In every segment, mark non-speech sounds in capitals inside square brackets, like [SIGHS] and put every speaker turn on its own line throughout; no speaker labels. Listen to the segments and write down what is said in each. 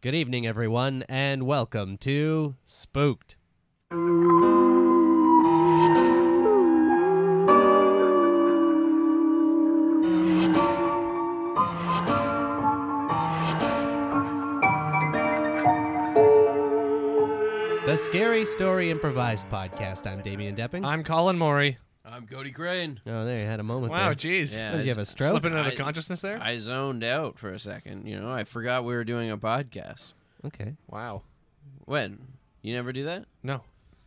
Good evening, everyone, and welcome to Spooked. The Scary Story Improvised Podcast. I'm Damian Deppin.
I'm Colin Maury.
I'm Cody Crane.
oh, there you had a moment.
Wow,
there.
jeez.
Yeah,
Did you
it's-
have a stroke?
Slipping out of
I-
consciousness there?
I zoned out for a second. You know, I forgot we were doing a podcast.
Okay.
wow.
When? You never do that?
No.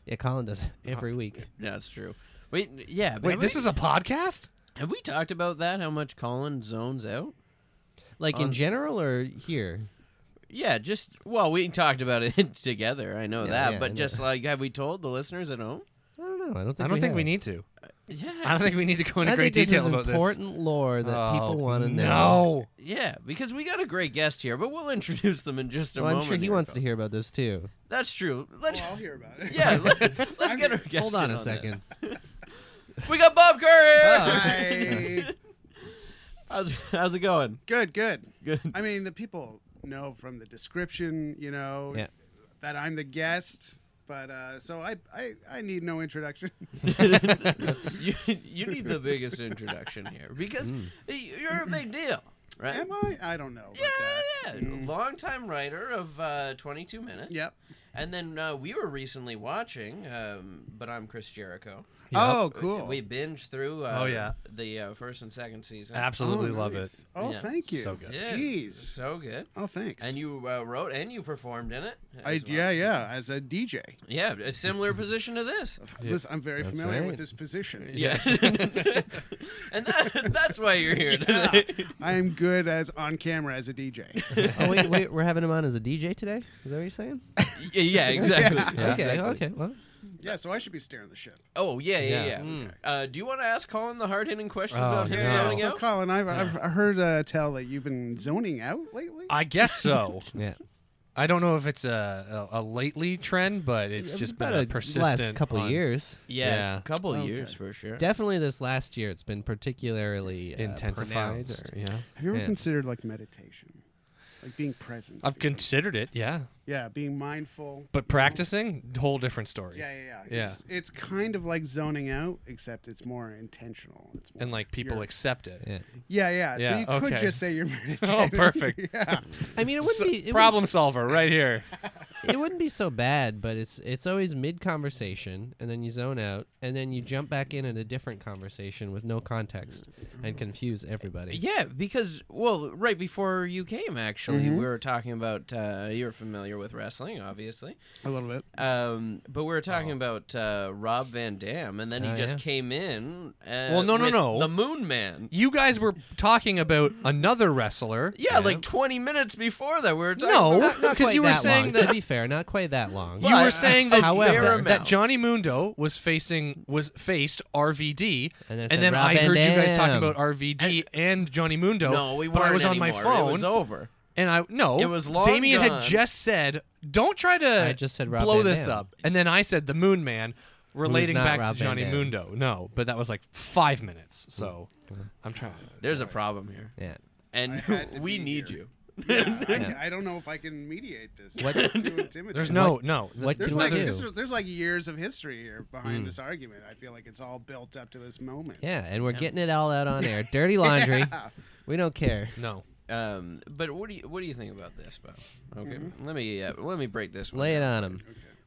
Yeah, Colin does it
Uh,
every week.
Yeah, that's true. Wait, n- yeah. but
Wait,
have
this
we-
is a podcast?
Have we talked about that? How much Colin zones out?
Like
Uh,
in general or here?
Yeah, just well, we [LAUGHS] talked about it together. I know
Yeah,
that,
yeah, I
but
know.
just like, have we told the listeners at home?
I don't know. I don't think
I don't think
have.
we need to.
Yeah,
I don't think we need to go into
I
great
think
detail
this is
about
important lore
this.
that people
Oh,
want to know.
no.
[LAUGHS] yeah, because we got a great guest here, but we'll [LAUGHS] introduce them in just a
Well,
moment.
I'm sure he
here,
wants
Col-
to hear about this too.
That's true. [LAUGHS] Let's,
Well, Oh, I'll hear about
[LAUGHS]
it. [LAUGHS]
yeah, let, us get our guest.
Hold on
in
a
this.
second. [LAUGHS]
We got Bob Curry.
Hi.
[LAUGHS] how's, how's it going?
Good, good.
Good.
I mean, the people know from the description, you know,
Yeah.
that I'm the guest. But uh, so I, I, I need no introduction.
[LAUGHS] you, you need the biggest introduction here because
Hmm.
y- you're a big deal, right?
Am I? I don't know. About
Yeah, yeah.
That. Hmm.
Longtime writer of uh, 22 Minutes.
Yep.
And then uh, we were recently watching, um, but I'm Chris Jericho.
Oh, cool.
We binged through uh,
Oh, yeah.
the uh, first and second season.
Absolutely
Oh,
love
nice.
it.
Oh,
Yeah.
thank you.
So good.
Yeah,
Jeez.
So good.
Oh, thanks.
And you uh, wrote and you performed in it.
I,
as well.
yeah, yeah. As a DJ,
Yeah, a similar position to this.
Listen, I'm very
That's
familiar
right.
with this position.
[LAUGHS] Yeah. [LAUGHS] and that, that's why you're here today.
I am good as on camera as a DJ.
[LAUGHS] oh wait, wait, we're having him on as a DJ today. Is that what you're saying?
[LAUGHS]
Yeah, [LAUGHS] yeah, exactly.
okay,
exactly.
okay. Well,
yeah, so I should be steering the ship.
Oh yeah, yeah,
Yeah.
yeah. Uh, do you want to ask Colin the hard-hitting question
Oh,
about him
no.
zoning
So,
out?
Colin, I've, I've I heard uh, tell that you've been zoning out lately.
I
[LAUGHS]
guess so.
yeah.
I don't know if it's a, a, a lately trend, but it's just been
About
a
a
persistent.
last couple
on-
years.
yeah,
Yeah.
a couple
Okay.
years for sure.
Definitely this last year, it's been particularly uh,
Intensified.
pronounced.
or- yeah.
Have you ever
Yeah.
considered like meditation, like being present?
I've considered it, yeah.
yeah, being mindful.
But practicing, whole different story.
yeah, yeah, yeah.
Yeah.
It's, it's kind of like zoning out, except it's more intentional. It's more
And like people
you're-
accept it.
Yeah.
yeah, yeah, So
Yeah,
you could
okay.
just say you're meditating.
[LAUGHS] Oh, perfect.
[LAUGHS] yeah.
I mean, it wouldn't
So-
be it
problem solver right here.
it wouldn't be so bad, but it's it's always mid conversation, and then you zone out, and then you jump back in at a different conversation with no context and confuse everybody.
Yeah, because well, right before you came, actually, we were talking about uh, you're familiar with wrestling, obviously,
A little bit.
um, but we were talking about uh, Rob Van Dam, and then
Oh,
he just
yeah.
came in. Uh,
Well, no, no,
with
no.
the Moon Man.
You guys were talking about another wrestler.
Yeah, like 20 minutes before that, we were talking.
No,
about-
Not- not
because
quite
you were
that
saying
long,
that
to be fair, not quite that long.
you
But-
were saying that,
However-
fair amount.
that Johnny Mundo was facing was faced RVD,
And
and
then
then,
said, "Rob
I
Van
heard you guys talking
Dam."
about RVD and, Johnny Mundo.
no, we
but
weren't
I was on
anymore.
my phone,
It was over.
and I no,
It was long
Damien
gone.
had just said, "Don't try to."
I just said Rob
blow
Van
this
Dam.
up, and then I said the Moon Man, relating
not
back
Rob
to
Van
Johnny
Dam.
Mundo. No, but that was like five minutes, so
Mm.
I'm trying.
There's a problem here,
Yeah.
I
and
had
[LAUGHS]
to
we
be
need
here.
you.
Yeah, I, I don't know if I can mediate this.
What-
It's [LAUGHS] too intimidating.
There's no no.
what
There's
can we
like
do?
this is- there's like years of history here
Hmm.
behind this argument. I feel like it's all built up to this moment.
Yeah, and we're getting it all out on air. Dirty laundry. We don't care.
no.
Um, but what do you what do you think about this, Bob? Okay,
Mm-hmm.
let me uh, let me break this. One
Lay it on
down.
him.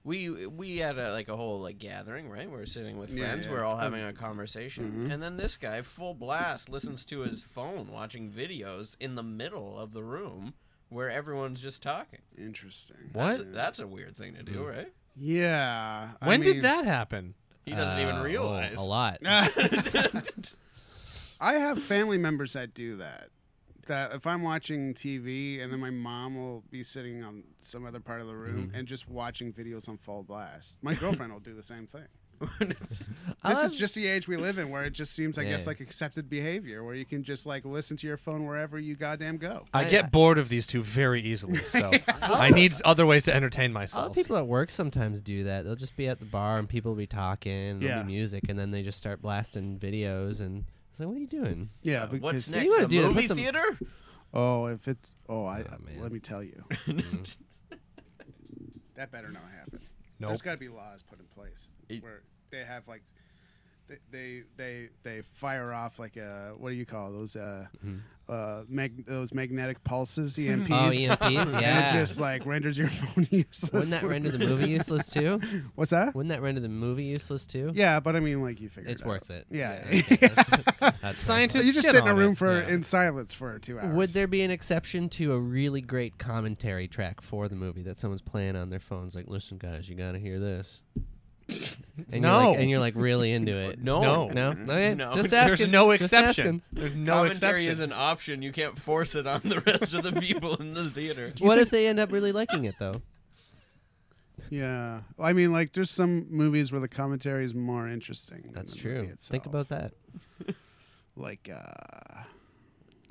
We we had a, like a whole like gathering, right? We are sitting with
Yeah, Um, mm-hmm.
friends.
yeah.
We're all having a conversation, and then this guy, full blast, listens to his phone, watching videos in the middle of the room where everyone's just talking.
Interesting.
What?
That's a, that's a weird thing to do,
Mm-hmm.
right?
Yeah. I
When
mean-
did that happen?
He doesn't even
Uh, oh,
realize.
a
[LAUGHS]
lot.
I have family members that do that. That if I'm watching TV and then my mom will be sitting on some other part of the room and just watching videos on full blast. My girlfriend will do the same thing.
I
this
love-
is just the age we live in where it just seems, I guess,
Yeah.
like accepted behavior where you can just like listen to your phone wherever you goddamn go.
I get bored of these two very easily, so I need other ways to entertain
All
myself.
people at work sometimes do that. They'll just be at the bar and people will be talking, there'll
Yeah.
be music, and then they just start blasting videos. And it's like, what are you doing?
[LAUGHS] Yeah,
Uh, What's
you
next?
wanna
The
do that, put
movie
some-
theater?
Oh, if it's oh, I
Aw, man.
let me tell you, that better not happen.
Nope.
There's got to be laws put in place
It-
where they have like they they they, they fire off like uh what do you call those uh uh mag- those magnetic pulses EMPs.
[LAUGHS] Oh, EMPs,
And
yeah.
it just like renders your [LAUGHS] phone useless.
Wouldn't that render the movie useless too?
[LAUGHS] What's that?
Wouldn't that render the movie useless too?
[LAUGHS] Yeah, but I mean, like you figure
It's
it out.
worth it.
Yeah. [LAUGHS]
okay, that's- that's- that's worth it.
Scientists
you just
get
sit in a
on
room
it.
for
Yeah.
in silence for two hours.
Would there be an exception to a really great commentary track for the movie that someone's playing on their phones? Like, listen, guys, you gotta hear this. And you're
No.
like, and you're like really into it.
[LAUGHS] No. Mm-hmm.
No.
no, okay,
No. [LAUGHS]
Just
There's
asking.
no
just
exception.
asking.
There's no
Commentary
exception.
is an option. You can't force it on the rest of the people in the theater. [LAUGHS]
What if they end up really liking it though?
Yeah, I mean, like there's some movies where the commentary is more interesting. than
That's
the
true.
movie itself.
Think about that.
like uh,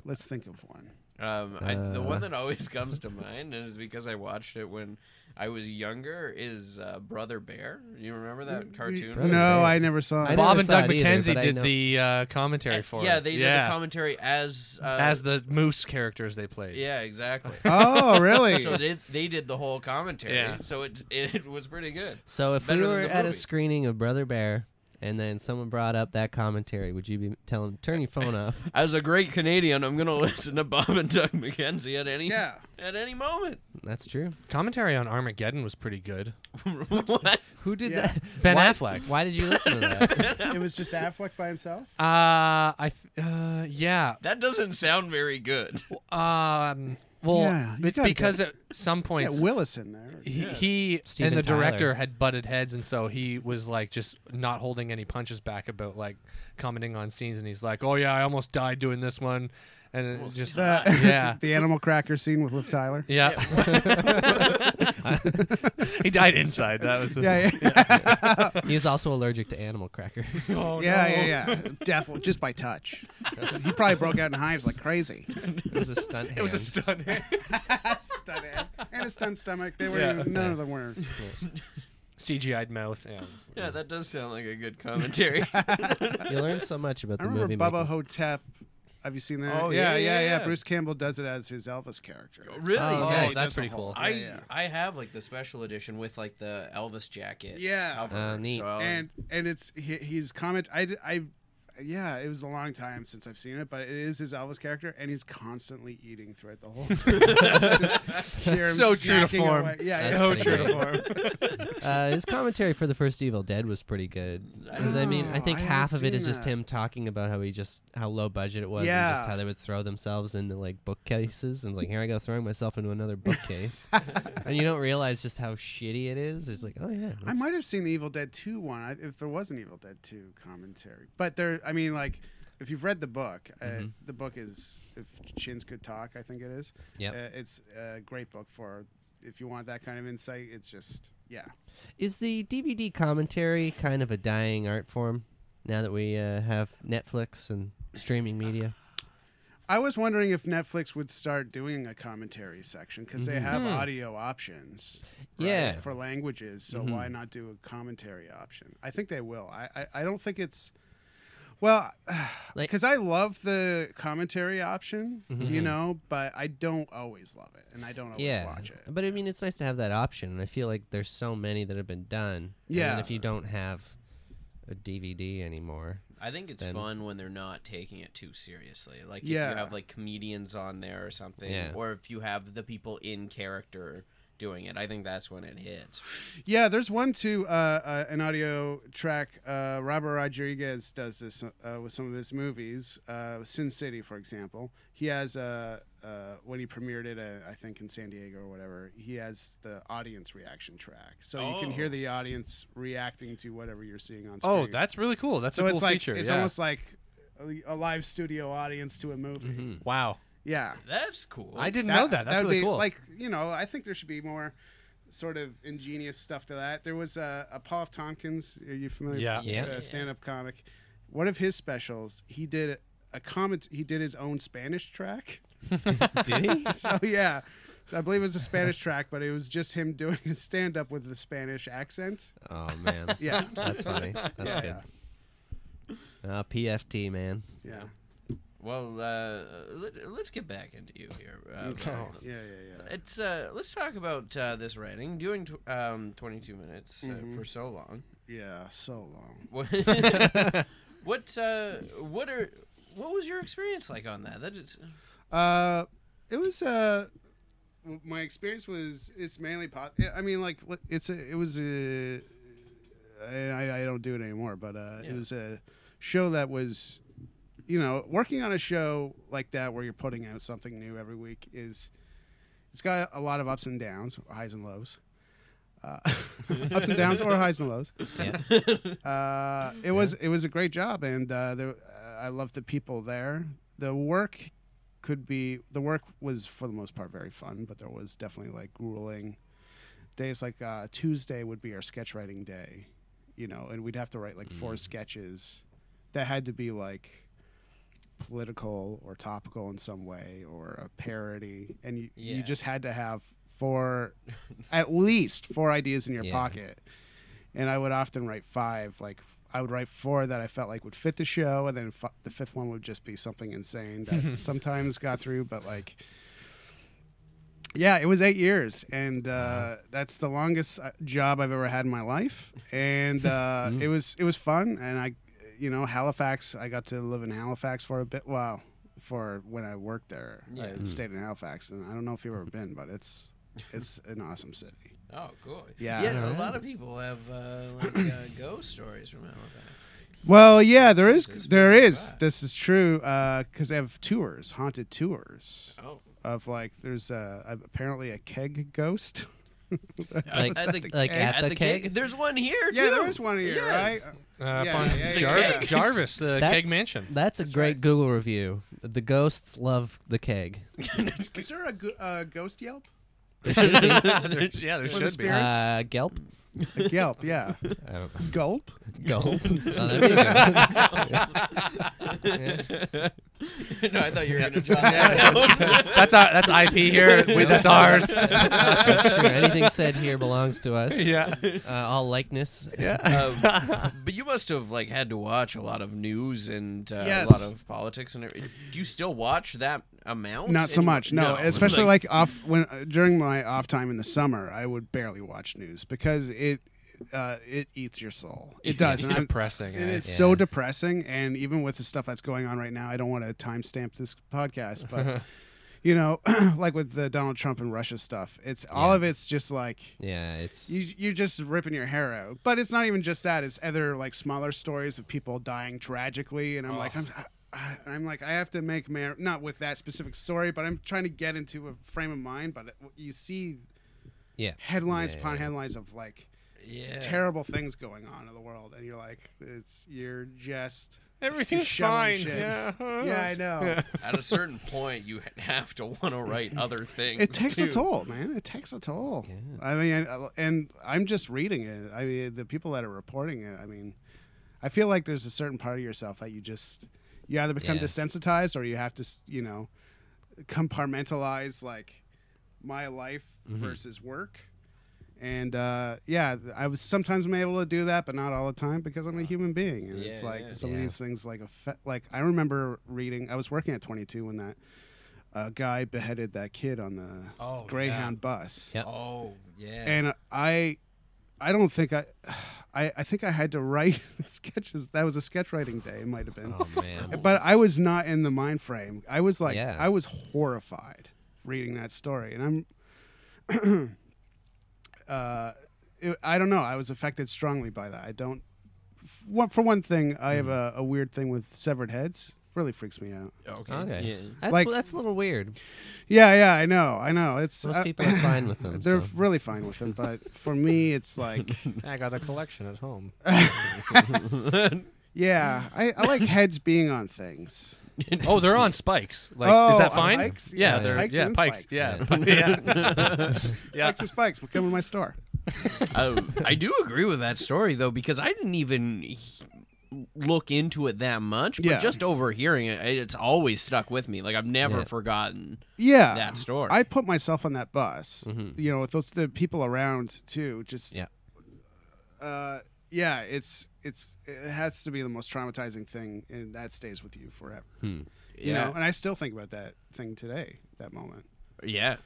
let's think of one.
Um, I, the
Uh.
one that always comes to mind is because I watched it when I was younger. Is uh, Brother Bear? You remember that cartoon?
Mm, Brother
no,
Bear.
I never saw.
I
it.
never
Bob and
saw
Doug
it either,
McKenzie
but I
did
know-
the uh, commentary for it.
Yeah, they did
Yeah.
the commentary as uh,
as the moose characters they played.
yeah,
[LAUGHS]
exactly.
[LAUGHS] oh, really?
so they they did the whole commentary.
Yeah.
So it it was pretty good.
So if
Better
we
than
were
the
at a
movie.
screening of Brother Bear and then someone brought up that commentary, would you be telling them turn your phone off?
[LAUGHS] As a great Canadian, I'm gonna [LAUGHS] listen to Bob and Doug McKenzie at any [LAUGHS]
yeah.
at any moment. [LAUGHS]
That's true.
Commentary on Armageddon was pretty good.
what?
Who did
Yeah.
that?
[LAUGHS] Ben
Why-
Affleck.
Why did you listen to that?
it was just Affleck by himself.
Uh, I th- uh, yeah.
That doesn't sound very good.
Um, well,
Yeah, you
it's
gotta
because at some
Yeah,
point
Willis in there. [LAUGHS]
he, he
Steven
and the
Tyler.
director had butted heads, and so he was like just not holding any punches back about like commenting on scenes, and he's like, "Oh yeah, I almost died doing this one," and it
Almost
just
The,
[LAUGHS] Yeah.
Uh, the animal cracker scene with Liv Tyler.
yeah,
[LAUGHS]
he died inside. That was the
Yeah, yeah,
He's also allergic to animal crackers. [LAUGHS]
Oh,
[LAUGHS] yeah,
no.
yeah, yeah. Definitely, just by touch. He probably broke out in hives like crazy.
It was a stunt.
[LAUGHS] It was a
hand.
stunt. [LAUGHS]
Stunned head and a stunned stomach. They were
Yeah.
none of them were.
CGI'd mouth. Yeah.
[LAUGHS] Yeah, that does sound like a good commentary.
You learn so much about
I
the
remember
movie.
Bubba
making.
Hotep. Have you seen that?
Oh, yeah, yeah,
yeah,
yeah.
Bruce Campbell does it as his Elvis character.
really?
Oh,
nice.
nice.
that's
a
pretty
whole-
cool.
I
yeah, yeah.
I have like the special edition with like the Elvis jacket.
Yeah.
cover,
Oh, neat.
so um, I'll-
and and it's he, he's comment I, d- I- yeah it was a long time since I've seen it but it is his Elvis character and he's constantly eating throughout the whole [LAUGHS] thing.
So true to form.
yeah
That's
[LAUGHS]
yeah.
so
pretty
Oh, true to
great.
form.
Uh, his commentary for the first Evil Dead was pretty good. 'Cause, I mean, I
Oh,
think
I haven't
half of it
seen
is just
that.
him talking about how he just how low budget it was and just
Yeah.
how they would throw themselves into like bookcases and like here I go throwing myself into another
[LAUGHS]
bookcase, and you don't realize just how shitty it is. It's like oh yeah,
I
that's-
might have seen the Evil Dead 2 one I, if there was an Evil Dead 2 commentary but there I mean like if you've read the book uh, the book is if chins could talk I think it is
Yep.
uh, it's a great book for if you want that kind of insight it's just yeah
is the DVD commentary kind of a dying art form now that we uh, have Netflix and streaming media?
I was wondering if Netflix would start doing a commentary section because they have audio options. right,
Mm-hmm. Hmm. Yeah. Mm-hmm.
For languages, so why not do a commentary option? I think they will. I I, I don't think it's well [SIGHS]
Like- Mm-hmm.
because I love the commentary option, you know, but I don't always love it, and I don't always
yeah,
watch it.
but I mean it's nice to have that option. and I feel like there's so many that have been done. and then
Yeah.
if you don't have a DVD anymore.
I think it's
then-
fun when they're not taking it too seriously. Like if
Yeah.
you have like comedians on there or something,
Yeah.
or if you have the people in character doing it. I think that's when it hits.
Yeah, there's one too. Uh, uh, an audio track. Uh, Robert Rodriguez does this uh, with some of his movies. Uh, Sin City, for example, he has uh, uh, when he premiered it, uh, I think in San Diego or whatever. He has the audience reaction track, so you can hear
Oh.
the audience reacting to whatever you're seeing on screen.
Oh, that's really cool. That's
so
a
it's
cool
like
feature.
it's
yeah.
almost like a, a live studio audience to a movie.
wow.
Yeah,
That's cool.
I didn't know that. That's
would
really
be,
cool.
Like you know, I think there should be more sort of ingenious stuff to that. There was a, a Paul F. Tompkins. Are you familiar?
Yeah.
Yeah.
Uh, stand-up comic. One of his specials, he did a comment. He did his own Spanish track.
[LAUGHS] Did he?
[LAUGHS] so yeah. So I believe it was a Spanish track, but it was just him doing his stand up with the Spanish accent.
Oh man,
[LAUGHS] Yeah.
that's funny. That's
Yeah, [LAUGHS]
good. Uh, PFT man.
Yeah.
Well, uh, let, let's get back into you here. Uh, Brian.
Yeah, yeah, yeah.
It's uh, let's talk about uh, this writing. Doing tw- um, 22 minutes uh,
Mm-hmm.
for so long. [LAUGHS]
Yeah, so long.
What what, uh, what are what was your experience like on that? That is
Uh, it was uh, w- my experience was it's mainly po- yeah, I mean, like li- it's a, it was a. I, I don't do it anymore, but uh,
Yeah.
it was a show that was, you know, working on a show like that where you're putting out something new every week is, it's got a lot of ups and downs, highs and lows. Uh, [LAUGHS] ups and downs or highs and lows.
Yeah.
Uh, it was it was a great job, and uh, there, uh, I love the people there. The work could be the work was for the most part very fun, but there was definitely like grueling days. Like uh, Tuesday would be our sketch writing day, you know, and we'd have to write like four sketches that had to be like political or topical in some way or a parody, and you,
Yeah.
you just had to have four, [LAUGHS] at least four ideas in your
Yeah.
pocket and I would often write five. Like I would write four that I felt like would fit the show, and then f- the fifth one would just be something insane that sometimes got through. But like, yeah, it was eight years, and uh, that's the longest uh, job I've ever had in my life. And uh, it was it was fun, and I, you know, Halifax. I got to live in Halifax for a bit. Wow. For when I worked there,
Yeah.
I stayed in Halifax, and I don't know if you've ever been, but it's it's an awesome city.
oh cool.
Yeah.
yeah. A
Alright.
lot of people have uh, like uh, [COUGHS] ghost stories from Halifax.
Well, yeah, there is.
This is
There
really
is.
bad.
This is true because they have tours, haunted tours
Oh,
of like there's uh, apparently a keg ghost.
Like-
At the
like
keg?
at, the, keg.
There's one here too.
yeah, there
[LAUGHS]
is one here,
Yeah.
right?
Uh,
Yeah,
upon
yeah, yeah,
Jar- [LAUGHS]
yeah.
Jarvis, the Keg
That's-
Mansion.
That's a great
right.
Google review. The ghosts love the keg.
Is there a go- uh, ghost Yelp? [LAUGHS]
[LAUGHS] There- yeah, there
For the
should be.
spirit- Parents?
Uh, Gelp.
A Yelp, yeah.
I don't [LAUGHS]
Gulp. [LAUGHS]
Gulp. Oh, that'd be good.
no, I thought you were gonna jot
[LAUGHS]
that down.
That's our, that's IP here. We, that's
[LAUGHS]
ours.
That's true. Anything said here belongs to
[LAUGHS]
us.
yeah.
Uh, all likeness.
Um, but you must have like had to watch a lot of news and uh,
Yes.
a lot of politics and everything. Do you still watch that amount?
Not so
And-
much, no. Especially like off when uh, during my off time in the summer, I would barely watch news because it uh, it eats your soul. It, does.
It's
and I'm-
depressing.
It
eh?
is
Yeah.
so depressing, and even with the stuff that's going on right now, I don't want to timestamp this podcast, but you know, [CLEARS THROAT] like with the Donald Trump and Russia stuff, it's all of it's just like
Yeah, it's
you, you're just ripping your hair out. But it's not even just that; it's other like smaller stories of people dying tragically, and I'm like, I'm, I, I'm like, I have to make mar- not with that specific story, but I'm trying to get into a frame of mind. But you see
yeah.
headlines
Yeah,
upon
yeah.
headlines of like
yeah.
terrible things going on in the world, and you're like, it's you're just
Everything's
shoveling
fine.
shit.
Yeah.
yeah, I know.
At a certain point, you have to want to write other things.
It takes
too.
a toll, man. It takes a toll. I mean, I- and I'm just reading it. I mean, the people that are reporting it. I mean, I feel like there's a certain part of yourself that you just you either become
Yeah.
desensitized or you have to, s- you know, compartmentalize like my life
Mm-hmm.
versus work. And uh, yeah, th- I was sometimes am able to do that, but not all the time because I'm a human being, and it's
Yeah,
like
yeah.
some of
Yeah.
these things like affe- like I remember reading. I was working at 22 when that a guy beheaded that kid on the
Oh,
Greyhound bus.
Yep.
Oh yeah.
And I I don't think I [SIGHS] I, I think I had to write [LAUGHS] sketches. That was a sketch writing day, it might have been.
Oh
[LAUGHS]
man.
But I was not in the mind frame. I was like
Yeah.
I was horrified reading that story. And I'm [CLEARS THROAT] uh it, I don't know. I was affected strongly by that. I don't f- one- for one thing, I
Hmm.
have a, a weird thing with severed heads. Really freaks me out.
okay.
Okay.
Yeah.
That's
Like-
that's a little weird.
Yeah, yeah, I know, I know. It's
Most
uh,
people are fine with them.
[LAUGHS] They're
so.
really fine with them, but for me,
[LAUGHS]
it's like,
I got a collection at home.
yeah, I, I like heads being on things.
[LAUGHS] oh, they're on spikes. Like,
Oh,
is that
on
fine?
pikes?
Yeah,
Yeah,
they're
pikes
yeah
and
pikes. [LAUGHS]
spikes.
Yeah, yeah. [LAUGHS] yeah.
Texas Spikes, will come to my store.
Uh, I do agree with that story though because I didn't even he- look into it that much, but
Yeah.
just overhearing it, it- it's always stuck with me. Like I've never
Yeah.
forgotten
Yeah,
that story.
I put myself on that bus. You know, with those the people around too. Just
Mm-hmm. Yeah.
uh, yeah.
Hmm.
It's it's it has to be the most traumatizing thing, and that stays with you forever. You
Yeah.
know, and I still think about that thing today, that moment.
Yeah.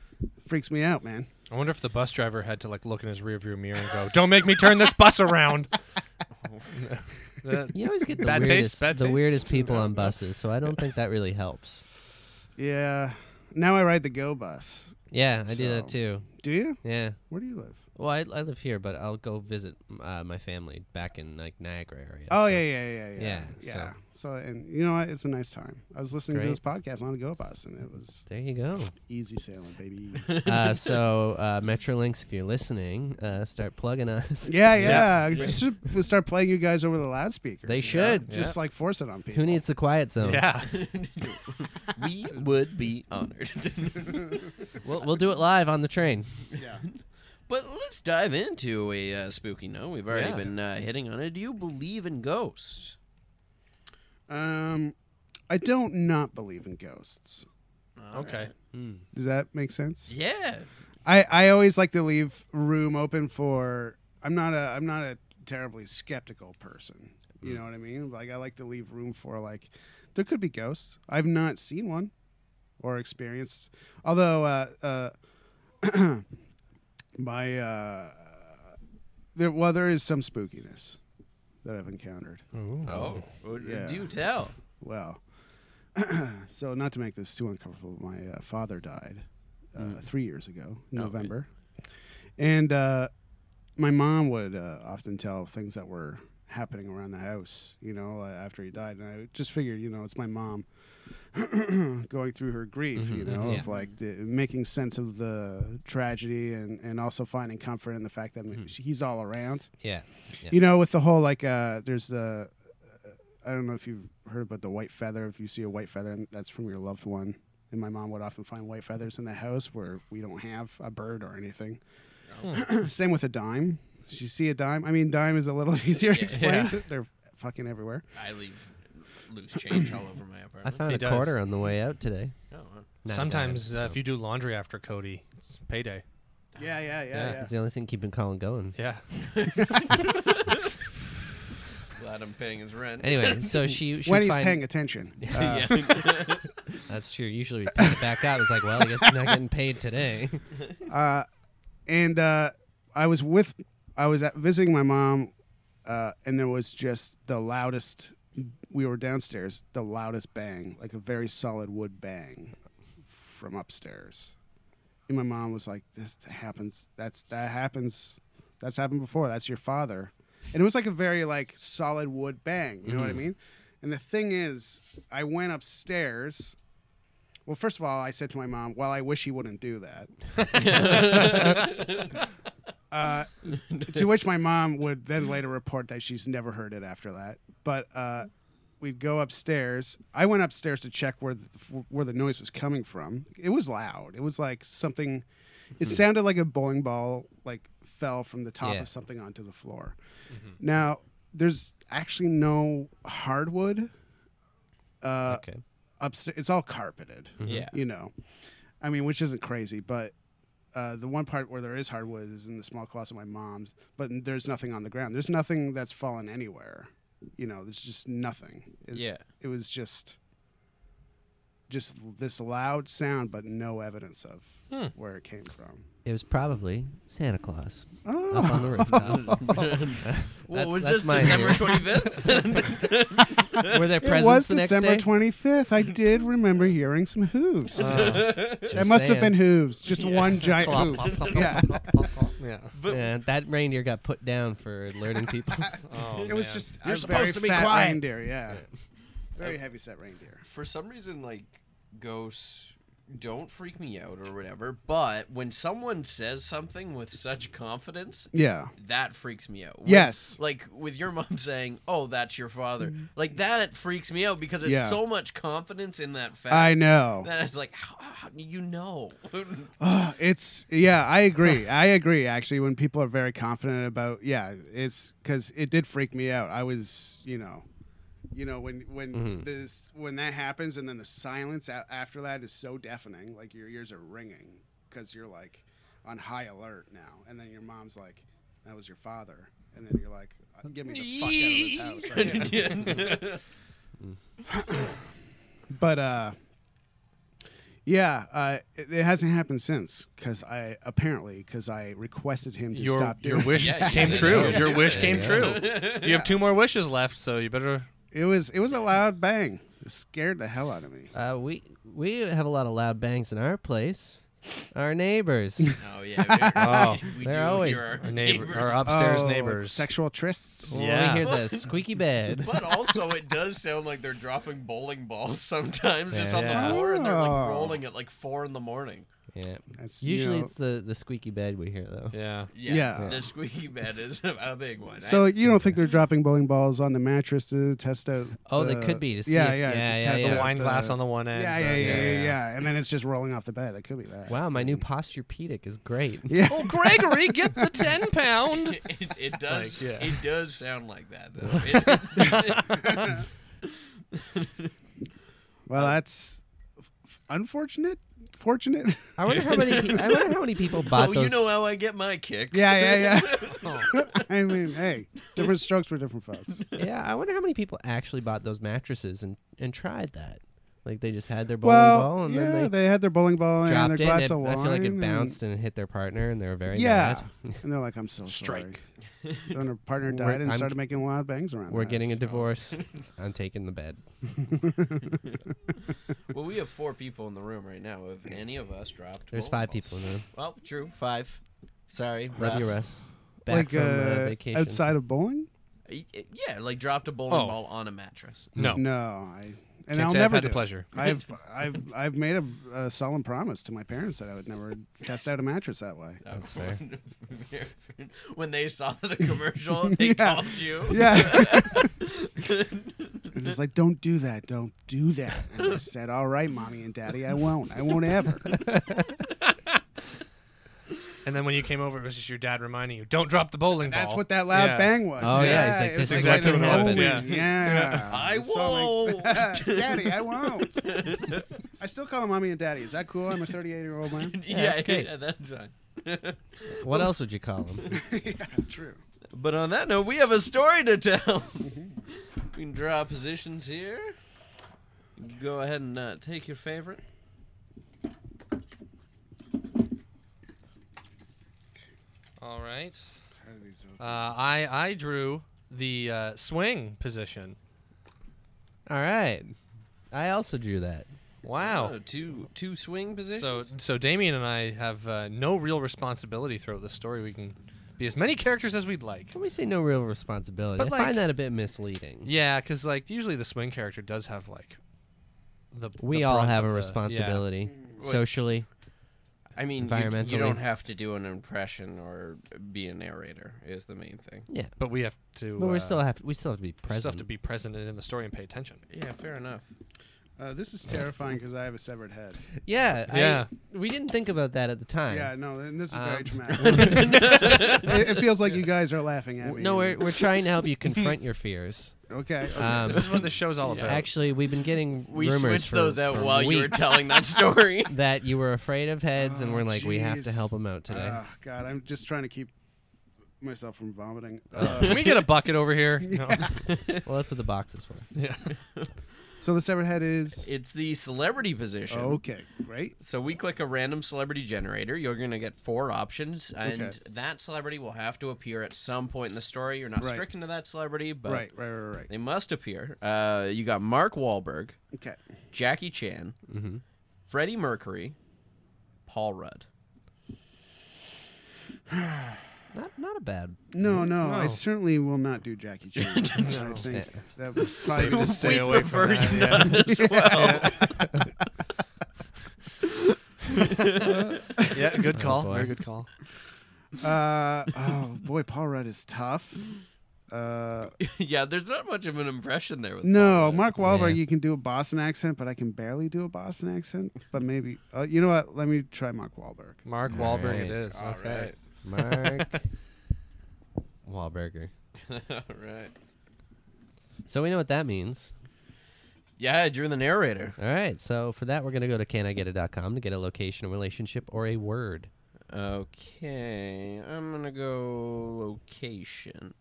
Freaks me out, man.
I wonder if the bus driver had to like look in his rearview mirror and go, "Don't make me turn this bus [LAUGHS] around." That-
You always get the
Bad taste,
weirdest,
bad
the
taste.
weirdest people on buses, so I don't think that really helps.
Yeah. Now I ride the go bus.
Yeah, I do that
So-
too.
Do you?
Yeah.
Where do you live?
Well, I, I live here, but I'll go visit uh, my family back in like Niagara area.
Oh
so-
yeah, yeah, yeah, yeah,
Yeah,
yeah. So. and you know what? It's a nice time. I was listening to
Great.
this podcast on the go bus, and it was
There you
[LAUGHS]
go.
easy sailing, baby.
uh, so uh, Metrolinx, if you're listening, uh, start plugging us.
[LAUGHS] [LAUGHS] yeah, yeah. I should start playing you guys over the loudspeakers.
They
you know?
should.
just like force it on
[LAUGHS]
people.
Who needs the quiet zone?
yeah.
we would be honored.
We'll, we'll do it live on the train.
but let's dive into a uh, spooky note. We've already
Yeah.
been uh, hitting on it. Do you believe in ghosts?
Um, I don't not believe in ghosts.
Okay.
Hmm. Does that make sense?
Yeah.
I, I always like to leave room open for I'm not a I'm not a terribly skeptical person. You know what I mean? Like I like to leave room for like there could be ghosts. I've not seen one or experienced although uh uh [CLEARS THROAT] my uh there well there is some spookiness that I've encountered.
Oh.
Yeah.
Do tell.
Well, [CLEARS THROAT] so not to make this too uncomfortable, my uh, father died uh, three years ago, in November, and uh, my mom would uh, often tell things that were happening around the house. You know, uh, after he died, and I just figured, you know, it's my mom [CLEARS THROAT] going through her grief. You know,
yeah.
of like the, making sense of the tragedy and and also finding comfort in the fact that he's all around
Yeah. Yeah.
you know with the whole like uh there's the uh, i don't know if you've heard about the white feather if you see a white feather that's from your loved one and my mom would often find white feathers in the house where we don't have a bird or anything
Oh.
[CLEARS THROAT] same with a dime you see a dime i mean dime is a little [LAUGHS] easier to explain they're fucking everywhere
I leave loose change all over my
I
apartment.
found
He
a
does.
quarter on the way out today.
Oh, wow.
Not a
Sometimes
dime,
uh,
so.
if you do laundry after Cody, it's payday.
yeah yeah
Yeah.
It's the only thing keeping Colin
[LAUGHS]
going.
[LAUGHS] Yeah.
Glad I'm paying his rent.
Anyway, so she, she
when he's
find-
paying
[LAUGHS]
attention Uh,
yeah.
That's true. Usually we pay it back out. It's like, well, I guess I'm not getting paid today.
uh, and uh, I was with I was at, visiting my mom, uh, and there was just the loudest. We were downstairs, the loudest bang, like a very solid wood bang, from upstairs. And my mom was like, "This happens. That's that happens. That's happened before. That's your father." And it was like a very like solid wood bang. You know what I mean? And the thing is, I went upstairs. Well, first of all, I said to my mom, "Well, I wish he wouldn't do that." Uh, to which my mom would then later report that she's never heard it after that. But uh, we'd go upstairs. I went upstairs to check where the, where the noise was coming from. It was loud. It was like something. It sounded like a bowling ball like fell from the top
Hmm. Yeah. Hmm.
of something onto the floor. Now there's actually no hardwood uh,
okay. Hmm.
upstairs. It's all carpeted
Yeah.
you know i mean which isn't crazy but uh, the one part where there is hardwood is in the small closet of my mom's but there's nothing on the ground there's nothing that's fallen anywhere you know there's just nothing it,
Yeah.
it was just just this loud sound but no evidence of
Hmm.
where it came from
It was probably Santa Claus up
Oh.
on the rooftop.
What
That's-
was
that's
this?
my
December
theory. [LAUGHS]
twenty fifth.
Were there
it
presents
was
the next
december
day?
25th i did remember hearing some hooves
Uh,
Just
it must
saying.
have been hooves just one giant
Plop,
hoof
plop, plop,
yeah
plop, plop, plop. [LAUGHS] [LAUGHS] Yeah.
Yeah, that reindeer got put down for alerting people.
Oh,
it was
man.
just
You're
a
supposed
very
to be
fat
quiet.
reindeer yeah very heavy set reindeer
For some reason, like ghosts don't freak me out or whatever. But when someone says something with such confidence,
Yeah.
that freaks me out. With-
Yes.
Like with your [LAUGHS] mom saying, "Oh, that's your father."
Mm-hmm.
Like that freaks me out because it's
Yeah.
so much confidence in that fact.
I know.
That it's like, how, how do you know? [LAUGHS]
Ugh, [SIGHS] it's yeah, I agree. I agree actually when people are very confident about yeah, it's cuz it did freak me out. I was, you know, you know when when
Mm-hmm.
this when that happens and then the silence a- after that is so deafening, like your ears are ringing cuz you're like on high alert now. And then your mom's like, "That was your father." And then you're like,
[LAUGHS]
"Get me the fuck out of this house." Right now." but uh, yeah, uh, it, it hasn't happened since because I apparently because I requested him to
Your
stop doing.
your wish
Yeah, you
came
said
true.
you
Your
did
wish
that,
came
yeah.
true. You have two more wishes left, so you better.
[LAUGHS] it was it was a loud bang. It scared the hell out of me.
[LAUGHS] Uh, we we have a lot of loud bangs in our place. Our
[LAUGHS]
neighbors.
Oh yeah.
[LAUGHS] Oh.
we, we
They're
do
always
hear our
Our neighbor,
neighbors.
our upstairs
Oh,
neighbors.
sexual trysts.
When
Yeah.
We hear the squeaky bed.
[LAUGHS]
[LAUGHS]
But also, it does sound like they're dropping bowling balls sometimes just on
Yeah.
the floor, and they're
Oh.
like rolling at like four in the morning.
Yeah.
That's, you
Usually
know-
it's the, the squeaky bed we hear though.
Yeah.
Yeah,
Yeah.
the squeaky bed is [LAUGHS] a big one.
So you don't think they're dropping bowling balls on the mattress to test out?
Oh,
the,
they could be to see
yeah,
if-
yeah,
yeah,
to
yeah,
test
The
yeah.
out
wine glass on the one end.
Yeah,
the-
yeah, yeah, yeah, yeah. And then it's just rolling off the bed. It could be that.
Wow, my new posturepedic is great.
Yeah.
Oh, Gregory, get the ten
I-
[LAUGHS]
pound.
[LAUGHS] it, it does.
Like, yeah.
It does sound like that
[LAUGHS]
though. It-
Well, that's f- unfortunate. Fortunate. [LAUGHS]
I wonder how [LAUGHS] many pe- I wonder how many people bought
oh,
those
you know how I get my kicks.
yeah, yeah,
[LAUGHS]
yeah. I mean, hey, different strokes for different folks.
Yeah, I wonder how many people actually bought those mattresses and, and tried that. Like they just had their bowling ball
Well,
and
yeah,
then they,
they had their bowling ball and
dropped it.
their glass
and it-
of wine.
I feel like it
and-
bounced and, it hit their partner and they were very
Yeah,
mad.
and they're like, "I'm so
Strike.
sorry." Then her partner
We're-
died and
I'm-
started making loud bangs around.
We're
the
[LAUGHS]
getting a
house.
divorce. I'm taking the bed.
[LAUGHS] Well, we have four people in the room right now. Have any of us dropped?
There's
bowling
Oh.
five people in the room.
balls? Well, true, five. Sorry,
Love you,
Russ.
Russ. Back
like
from uh,
uh,
vacation.
outside of bowling.
Y- y- Yeah, like dropped a bowling
Oh.
ball on a mattress. [LAUGHS]
No.
No, I and
Oh. Can't
I'll
say I've
never
had
do
the
it.
pleasure.
[LAUGHS] I've I've I've made a, a solemn promise to my parents that I would never test out a mattress that way.
Oh.
That's fair.
when they saw the commercial, they
Yeah.
called you. [LAUGHS]
Yeah. I'm just like, don't do that. Don't do that. And I said, all right, mommy and daddy, I won't. I won't ever.
And then when you came over, it was just your dad reminding you, "Don't drop the bowling ball."
That's what that loud
Yeah.
bang was.
Oh, yeah, he's like,
it
this
was
is
like
what can
the
happen.
holy-
Yeah.
Yeah.
I
It's so like-
won't.
[LAUGHS] daddy, I won't. I still call him mommy and daddy. Is that cool? I'm a 38 year old man.
yeah,
that's great.
yeah, that's fine.
What else would you call
[LAUGHS]
them?
yeah, true.
But on that note, we have a story to tell. [LAUGHS] we can draw positions here. Go ahead and uh, take your favorite.
All right. Uh, I I drew the uh, swing position.
All right. I also drew that.
Wow.
Oh, two two swing positions.
So so Damien and I have uh, no real responsibility throughout the story. We can be as many characters as we'd like.
When we say no real responsibility,
But,
I
like-
find that a bit misleading.
Yeah, because like usually the swing character does have like the.
we
the
all
brunt
have a
of the-
responsibility
Wait.
socially.
I mean, you,
Environmentally.
you don't have to do an impression or be a narrator is the main thing.
yeah. But we have to.
But
uh,
we still have we still have to be
we still
present.
have to be present and in the story and pay attention.
Yeah, fair enough.
Uh, this is terrifying because I have a severed head.
Yeah, I-
Yeah.
we didn't think about that at the time.
Yeah, no, and this is very
Um,
traumatic. [LAUGHS] it, it feels like you guys are laughing at me.
No, we're,
and
we're
it's-
trying to help you confront your fears.
okay. okay.
Um,
This is what the show's [LAUGHS] all about.
actually, we've been getting
We
rumors
switched
for-
those out
for
while you were
weeks
telling that story.
that you were afraid of heads, and
Oh,
we're like, we have to
jeez.
help him out today.
Ah, God, I'm just trying to keep myself
[LAUGHS]
from vomiting. Uh,
Can we get a bucket over here? No. [LAUGHS]
well, that's what the box is for.
so the severed head is
it's the celebrity position.
okay. Great.
So we click a random celebrity generator. You're going to get four options, and
Okay.
that celebrity will have to appear at some point in the story. You're not
Right.
stricken to that celebrity, but
Right, right, right, right.
they must appear. Uh, you got Mark Wahlberg,
Okay.
Jackie Chan,
Mhm.
Freddie Mercury, Paul Rudd.
Not not a bad.
No, no, I
No.
certainly will not
[LAUGHS]
do Jackie Chan. I think that would probably
Just
[LAUGHS]
stay away from
prefer
that.
you
yeah.
not as well.
Yeah, good call.
Oh, boy.
Very good call.
Uh, oh boy, Paul Rudd is tough. Uh,
[LAUGHS]
[LAUGHS] yeah, there's not much of an impression there with Paul
no,
Rudd.
Mark Wahlberg,
Yeah.
you can do a Boston accent, but I can barely do a Boston accent. But maybe, uh, you know what? Let me try Mark Wahlberg.
Mark
All
Wahlberg,
right.
it is.
All
okay.
right.
Mark Wahlberger.
All right. [LAUGHS]
So we know what that means.
Yeah, I drew the narrator.
All right. So for that, we're gonna go to canigetit.com to get a location, a relationship, or a word.
Okay, I'm gonna go location.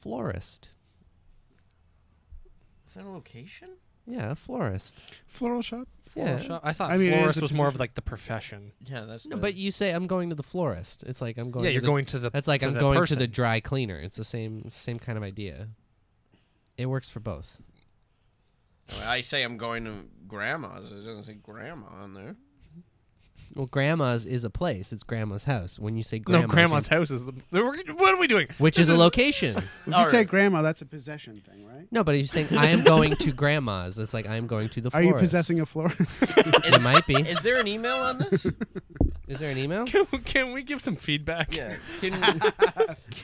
Florist.
Is that a location?
Yeah, a florist.
Floral shop.
Yeah.
Floral shop? I thought
I mean, it is
florist
a
was more of
position.
like the profession.
Yeah, that's.
No,
the-
but you say I'm going to the florist. It's like I'm going.
yeah,
to
you're
the,
going to the.
That's like
to
I'm
the
going to
person.
the dry cleaner. It's the same same kind of idea. It works for both.
Oh, I say I'm going to grandma's. It doesn't say grandma on there.
Well, grandma's is a place. It's grandma's house. When you say grandma's,
No, grandma's
you-
house is the. What are we doing? [LAUGHS]
which
This
is a location.
If
All
you say
right.
grandma, that's a possession thing, right?
no, but he's saying I am going to grandma's. It's like I'm going to the
Are
florist.
you possessing a florist?
[LAUGHS] It might be.
Is there an email on [LAUGHS] this?
Is there an
[LAUGHS]
email?
Can, can we give some feedback?
yeah. Can,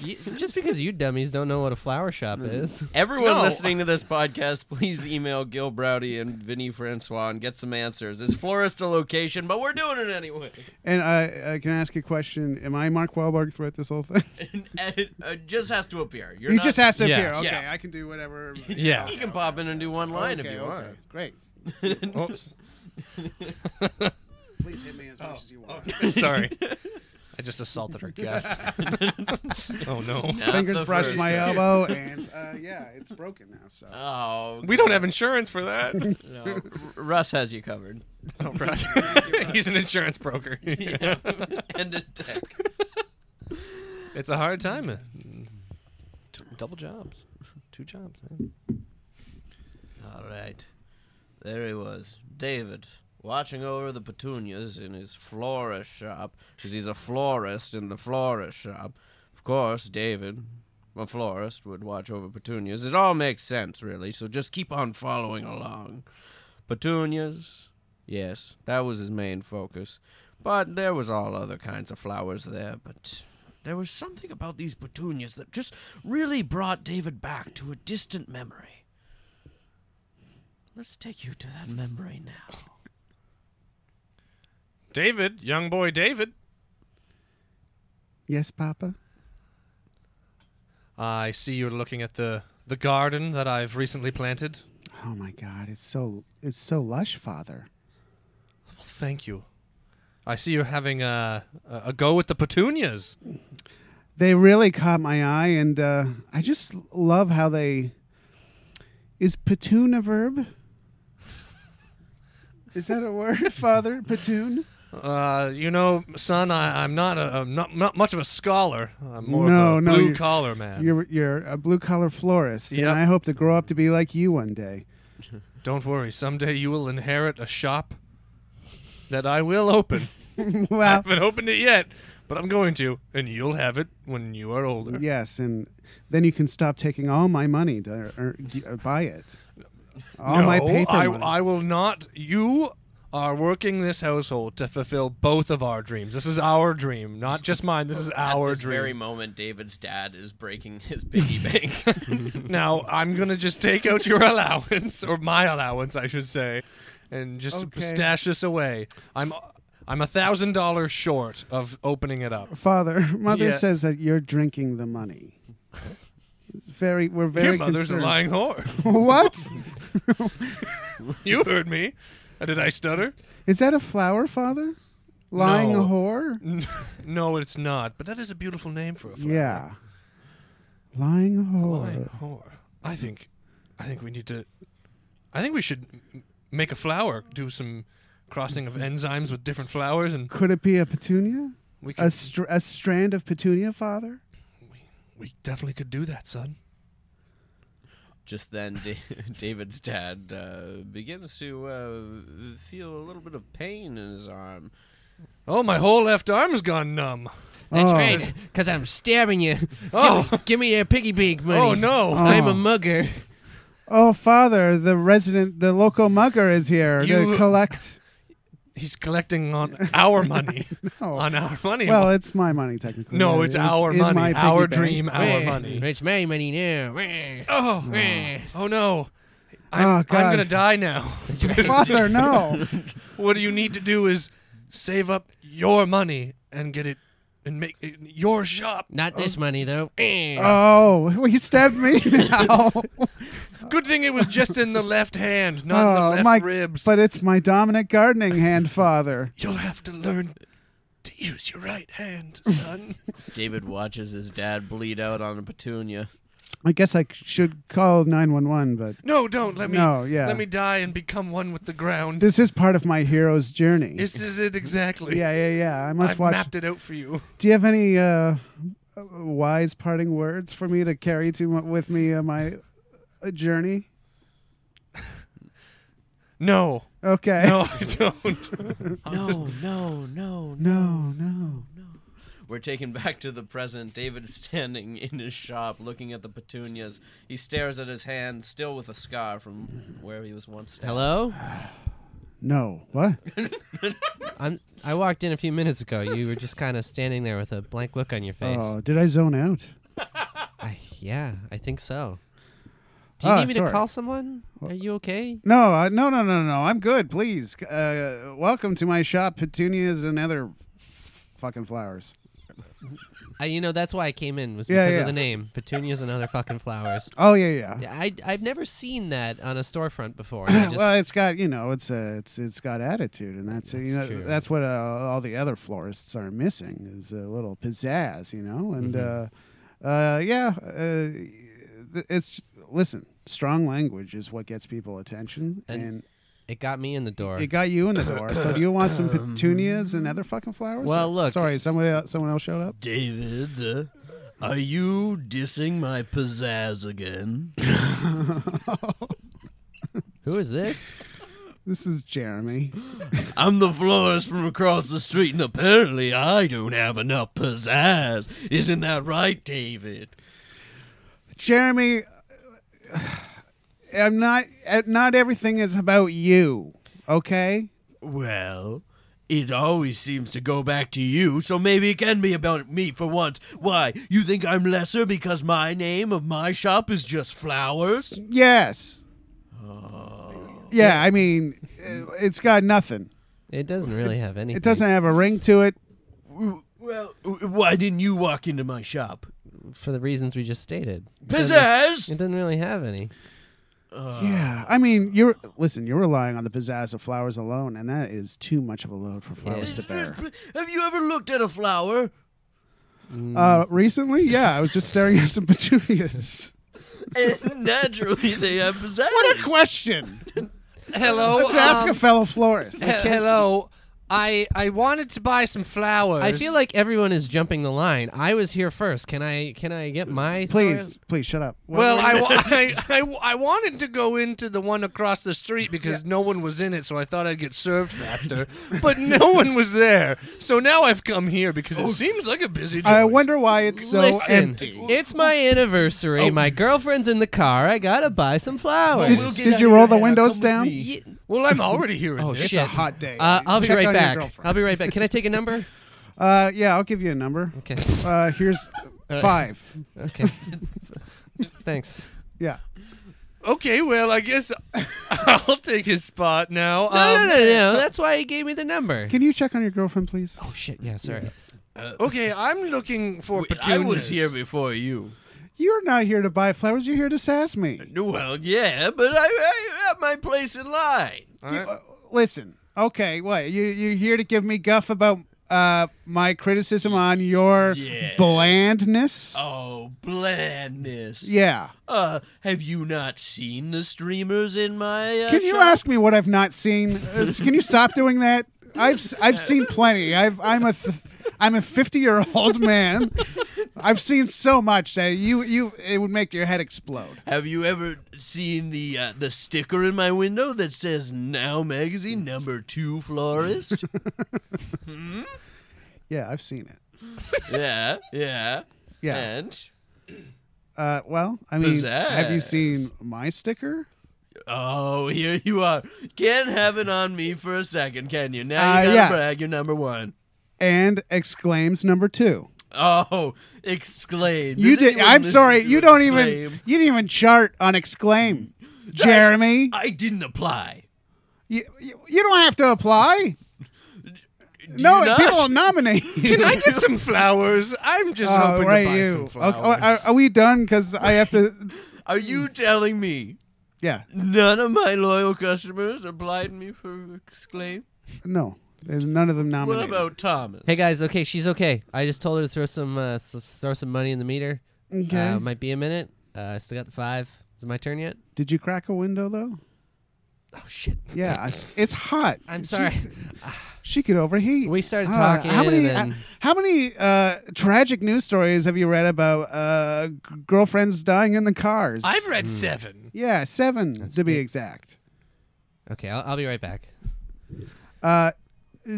You- just because you dummies don't know what a flower shop
Mm-hmm.
is.
[LAUGHS] everyone
No.
listening to this podcast, please email Gil Browdy and Vinny Francois and get some answers. It's florist a location, but we're doing it anyway.
[LAUGHS]
[LAUGHS]
and I uh, can I ask you a question. Am I Mark Wahlberg throughout this whole thing?
And it uh, just has to appear. You're
[LAUGHS] You
not-
just has to
Yeah.
appear. Okay,
Yeah.
I can do
[LAUGHS]
whatever.
Yeah.
He can pop in and do one line
Okay,
if you
okay,
want.
Great. Please hit me as
Oh,
much as you want.
[LAUGHS] Sorry. I just assaulted our guest. [LAUGHS] oh no.
Not
Fingers
the
brushed
first
my
time.
elbow,
[LAUGHS]
and uh, yeah, it's broken now. So
[LAUGHS] Oh,
We don't have insurance for that.
no. R- Russ has you covered.
[LAUGHS]
[LAUGHS]
Oh, Russ. [LAUGHS] He's an insurance [LAUGHS] broker.
and a tech.
It's a hard time. uh, t- Double jobs. Two jobs, man.
All right. There he was, David, watching over the petunias in his florist shop, 'cause he's a florist in the florist shop. Of course, David, a florist, would watch over petunias. It all makes sense, really, so just keep on following along. Petunias, yes, that was his main focus. But there was all other kinds of flowers there, but there was something about these petunias that just really brought David back to a distant memory. Let's take you to that memory now.
David, young boy David.
yes, Papa.
I see you're looking at the the garden that I've recently planted.
Oh my God, it's so it's so lush, Father.
Well, thank you. I see you're having a a a go with the petunias.
They really caught my eye, and uh, I just love how they. Is patoon a verb? Is that a word, Father? Patoon?
Uh, you know, son, I, I'm not a I'm not, not much of a scholar. I'm more
No,
of a
no,
blue
you-
collar man.
You're you're a blue collar florist,
Yep.
and I hope to grow up to be like you one day. [LAUGHS]
Don't worry, someday you will inherit a shop that I will
[LAUGHS]
open. [LAUGHS] I
well,
haven't opened it yet, but I'm going to, and you'll have it when you are older.
yes, and then you can stop taking all my money to er, g- uh, buy it. All my
No,
paper
I,
money.
I will not. You are working this household to fulfill both of our dreams. This is our dream, not just mine. This is our
At this very
dream.
moment, David's dad is breaking his
[LAUGHS]
piggy bank.
now I'm gonna just take out your allowance, or my allowance, I should say, and just
Okay.
stash this away. I'm I'm a thousand dollars short of opening it up.
Father, [LAUGHS] Mother
Yes.
says that you're drinking the money. Very, we're very.
your mother's
concerned.
a lying whore.
[LAUGHS]
[LAUGHS]
what?
you heard me. Uh, Did I stutter?
Is that a flower, Father? Lying
No.
a whore?
no, it's not. But that is a beautiful name for a flower.
Yeah. Lying a whore.
Lying whore. I think, I think we need to. I think we should m- make a flower. Do some crossing of enzymes with different flowers, and
Could it be a petunia?
we could,
A, str- a strand of petunia, Father?
we definitely could do that, son.
Just then, da- [LAUGHS] David's dad uh, begins to uh, feel a little bit of pain in his arm.
Oh, my whole left arm's gone numb.
That's
Oh.
right, because I'm stabbing you.
Oh.
Give, me your piggy bank money.
Oh no!
I'm
Oh.
a mugger.
Oh, Father, the resident, the local mugger is here
You-
to collect.
He's collecting on our money.
[LAUGHS] No.
[LAUGHS] On our money.
Oh, Well, it's my money, technically.
no,
It
it's
is
our
in my
money,
piggy
our
bank.
dream, our
Wah.
money.
It's my money now. Wah.
Oh,
Wah.
oh no. I'm,
Oh,
I'm
God.
gonna die
[LAUGHS]
now.
[LAUGHS]
[LAUGHS]
Father, no.
what you need to do is save up your money and get it and make it your shop.
Not this money though. Eh. Wah.
Oh, he stabbed me [LAUGHS] now.
Good thing it was just in the left hand, not in the
oh,
left
my,
ribs.
but it's my dominant gardening hand, Father.
You'll have to learn to
[LAUGHS]
use your right hand, son.
David watches his dad bleed out on a petunia.
I guess I c- should call 911, but
No, don't let me.
No, yeah.
Let me die and become one with the ground.
this is part of my hero's journey.
this is it exactly.
yeah, yeah, yeah. I must
I've
watch.
mapped it out for you.
Do you have any uh, wise parting words for me to carry to m- with me on my uh, journey?
No,
Okay.
no, I [LAUGHS] don't.
[LAUGHS]
No, no, no,
no, no.
We're taken back to the present. David is standing in his shop looking at the petunias. He stares at his hand, still with a scar from where he was once stabbed.
Hello?
No. What?
I'm I walked in a few minutes ago. You were just kind of standing there with a blank look on your face.
Oh, did I zone out?
I, yeah, I think so. Do you
Ah,
need me
sorry.
to call someone? Are you okay?
No, uh, no, no, no, no. I'm good. Please, uh, welcome to my shop, petunias and other f- fucking flowers.
I, you know, that's why I came in was
Yeah,
because
yeah.
of the name, petunias and other fucking flowers.
Oh yeah, yeah.
Yeah, I I've never seen that on a storefront
[COUGHS]
before.
[CLEARS THROAT]
and I just-
well, it's got you know, it's a, it's it's got attitude, and that's, you
That's
know,
true.
that's what uh, all the other florists are missing is a little pizzazz, you know, and
Mm-hmm.
uh, uh, yeah, uh, th- it's listen, strong language is what gets people attention,
And-
and,
it got me in the door.
it got you in the door. so, do you
[LAUGHS]
want some petunias and other fucking flowers?
Um, Well, look-
sorry, somebody else, someone else showed up.
David, uh, are you dissing my pizzazz again?
Who is this?
This is Jeremy.
I'm the florist from across the street, and apparently I don't have enough pizzazz. Isn't that right, David?
Jeremy, [SIGHS] I'm not. uh, Not everything is about you. Okay.
Well, it always seems to go back to you, so maybe it can be about me for once. Why, you think I'm lesser because my name of my shop is just flowers?
Yes. Yeah, I mean, uh, it's got nothing.
It doesn't really have anything.
It doesn't have a ring to it.
Well, w- why didn't you walk into my shop?
for the reasons we just stated. It doesn't-
Pizzazz!
It doesn't really have any. Uh.
yeah, I mean, you're listen. You're relying on the pizzazz of flowers alone, and that is too much of a load for flowers to bear.
Have you ever looked at a flower?
Mm.
Uh, recently, yeah, I was just staring at some petunias. [LAUGHS]
And naturally, they have pizzazz.
What a [LAUGHS] question!
Hello.
Let's ask
um,
a fellow florist.
he- hello. I I wanted to buy some flowers.
I feel like everyone is jumping the line. I was here first. Can I can I get my story?
Please, please shut up. What-
Well,
what-
I, wa-
[LAUGHS]
I, I, I wanted to go into the one across the street because no one was in it, so I thought I'd get served faster. but no [LAUGHS] one was there, so now I've come here because it seems like a busy.
Oh. I
joint.
wonder why it's so
Listen,
empty. Oh.
it's my anniversary. My girlfriend's in the car. I gotta buy some flowers.
Did,
we'll get
did
out
you
of
roll
here
the
and
windows
come with
down?
me.
Ye-
Well, I'm already here. in
Oh
this.
shit!
It's a hot day.
Uh, I'll be
Check on
right
your
back.
girlfriend.
I'll be right back. Can I take a number?
[LAUGHS] Uh, yeah, I'll give you a number.
Okay.
Uh, here's five.
Okay. Thanks.
Yeah.
Okay, well, I
[LAUGHS]
guess I'll take his spot now.
No, no,
Um,
no, no. That's why he gave me the number.
Can you check on your girlfriend, please?
Oh shit! Yeah, sorry.
Okay, I'm looking for
Wait,
petunias.
I was here before you.
You're not here to buy flowers. You're here to sass me.
Well, yeah, but I, I have my place in line.
You- uh, listen. Okay. What? You you're here to give me guff about uh my criticism on your
Yeah.
blandness?
Oh, blandness.
Yeah.
Uh, have you not seen the streamers in my? Uh,
Can you
shop?
ask me what I've not seen? Uh, can you stop doing that? I've s- I've seen plenty. I've I'm a th- I'm a 50 year old man. I've seen so much that you you it would make your head explode.
Have you ever seen the uh, the sticker in my window that says Now Magazine Number
[LAUGHS]
Two Florist?
Yeah, I've seen it.
yeah, yeah,
Yeah.
And
Uh, well, I mean, have you
Pizzazz.
seen my sticker?
oh, here you are. Can't have it on me for a second, can you? Now
Uh,
you gotta
yeah.
brag. You're number one.
And exclaims number two.
Oh, exclaim!
you
Does
did.
anyone
I'm
listen
sorry.
to
You don't even.
exclaim?
You didn't even chart on exclaim, Jeremy.
I didn't apply.
you, you, you don't have to apply. no,
you not?
people will nominate. you.
Can I get some flowers? I'm just
Oh,
hoping
right,
to buy
you.
some
Okay, oh,
flowers.
are, are we done? Because I have to.
[LAUGHS]
Are you telling me
Yeah.
none of my loyal customers applied me for exclaim?
No. There's none of them
What
nominated.
about Thomas?
Hey guys, okay, she's okay. I just told her to throw some uh, th- throw some money in the meter.
Okay.
Uh, might be a minute. Uh, I still got the five. Is it my turn yet?
Did you crack a window though?
Oh shit!
Yeah, I s- it's hot.
I'm
She-
sorry.
She could overheat.
We started
Ah,
talking
how many?
and then-
h- how many uh, tragic news stories have you read about uh, g- girlfriends dying in the cars?
I've read seven.
Yeah, seven to be exact.
Okay, I'll, I'll be right back.
Uh,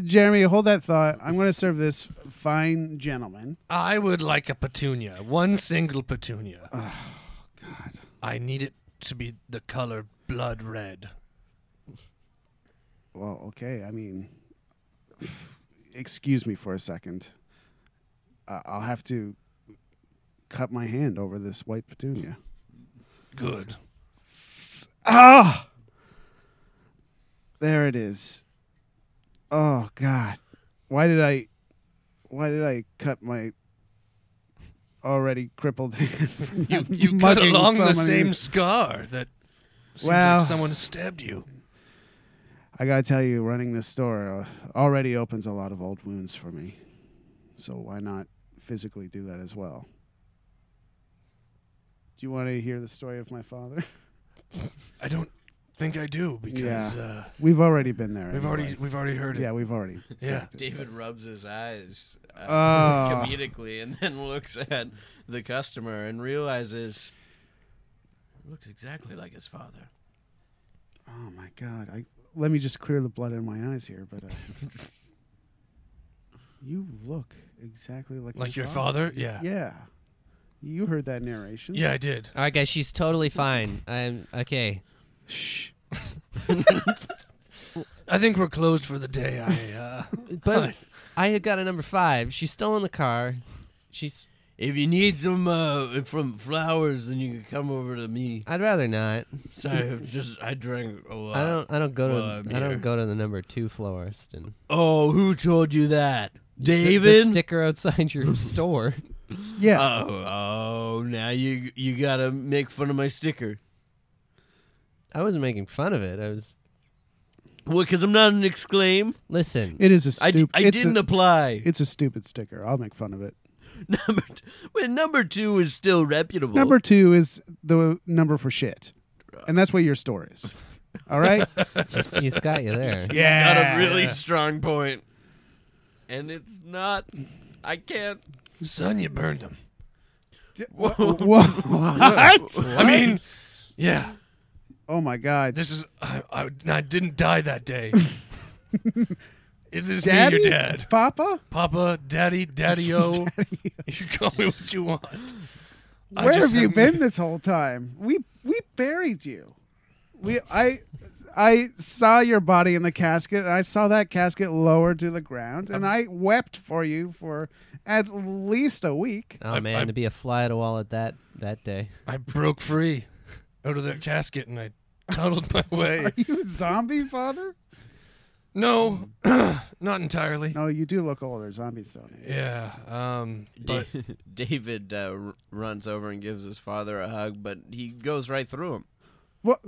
Jeremy, hold that thought. I'm going to serve this fine gentleman.
I would like a petunia, one single petunia.
Uh.
Oh, God. I need it to be the color blood red.
Well, okay. I mean, excuse me for a second. Uh, I'll have to cut my hand over this white petunia. [LAUGHS]
Good.
Ah! There it is. Oh god. Why did I why did I cut my already crippled [LAUGHS] hand? from
You,
that
you cut
mugging
along the
someone?
same scar that seems
Well-
like someone stabbed you.
I got to tell you running this store uh, already opens a lot of old wounds for me. So why not physically do that as well? Do you want to hear the story of my father? [LAUGHS]
I don't think I do because
Yeah.
uh,
We've already been there.
we've
anyway.
already we've already heard it.
Yeah, we've
[LAUGHS]
already.
Yeah.
David rubs his eyes uh,
Oh.
comedically and then looks at the customer and realizes looks exactly like his father.
Oh my god! I let me just clear the blood in my eyes here,
[LAUGHS]
but uh, you look exactly like
Like
my
your father? Yeah. yeah.
Yeah, you heard that narration.
I did.
All right, guys, she's totally fine. I'm okay.
Shh.
I think we're closed for the day. I
[LAUGHS]
uh,
But I had got a number five. She's still in the car. She's.
If you need some uh, from flowers, then you can come over to me.
I'd rather not.
Sorry, I've just I drank a lot.
I don't. I don't go to.
well, I'm
I
here.
don't go to the number two florist and
Oh, who told you that,
The-
David?
the sticker outside your store.
Yeah.
uh,
oh, oh, now you you gotta make fun of my sticker.
I wasn't making fun of it. I was.
What? Because I'm not an exclaim.
Listen.
it is a
I, d-
stupid.
I
it's,
didn't
a,
apply. [LAUGHS]
it's a stupid sticker. I'll make fun of it.
number t- wait, number two is still reputable.
Number two is the number for shit, and that's what your store is. All right.
[LAUGHS]
[LAUGHS] he's got you there.
got a really strong point, and it's not. I can't.
son, you burned
[LAUGHS]
him. [LAUGHS]
Whoa.
I mean, yeah.
oh my god.
This is I, I, I didn't die that
[LAUGHS]
day. it is me, your dad,
Papa.
Papa, Daddy, Daddy
[LAUGHS]
O. [LAUGHS] you can call me what you want. I
Where
just
have you
haven't-
been this whole time? We we buried you.
Oh.
We I I saw your body in the casket and I saw that casket lowered to the ground and I wept for you for at least a
[LAUGHS]
week.
Oh
I-
man,
I-
to be a fly at a wall at that that day.
I broke free out of that casket and I tunneled
[LAUGHS]
my way.
Are you a zombie father?
No, [CLEARS THROAT] not entirely.
No, you do look older, zombie stone.
Yeah. Um. But
Da- David uh, r- runs over and gives his father a hug, but he goes right through him.
What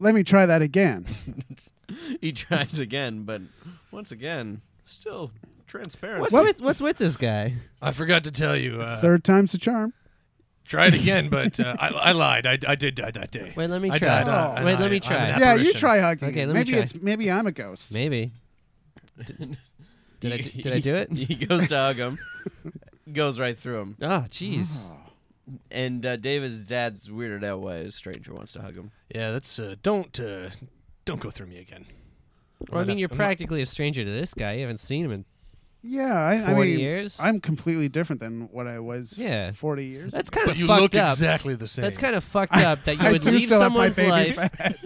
let me try that again.
[LAUGHS] He tries again, but once again, still transparent.
What's
What-
with What's with this guy?
I forgot to tell you. Uh,
Third time's a charm.
try it again, but uh, I, I lied. I, I did die that day.
Wait, let me
I
try.
died, uh, and
Wait, let
I-
me
I'm
try.
an
Yeah, you
apparition.
try hugging.
Okay,
him.
let me
maybe
try.
it's maybe I'm a ghost.
Maybe. D- Did, I, did I do
[LAUGHS]
it?
[LAUGHS] He goes to hug him, goes right through him,
Oh, jeez.
and uh, David's dad's weirded out why a stranger wants to hug him.
Yeah. That's uh, don't uh, don't go through me again.
Well, I
Right
mean,
af-
you're
I'm not-
practically a stranger to this guy. You haven't seen him in.
Yeah, I, I
40
mean,
years?
I'm completely different than what I was
Yeah.
40 years
That's kind
But
of
you
fucked
look
up.
exactly the same.
That's kind of fucked up [LAUGHS] that you
[LAUGHS] I
would
do
leave
still have my
someone's
baby
life
fat.
[LAUGHS]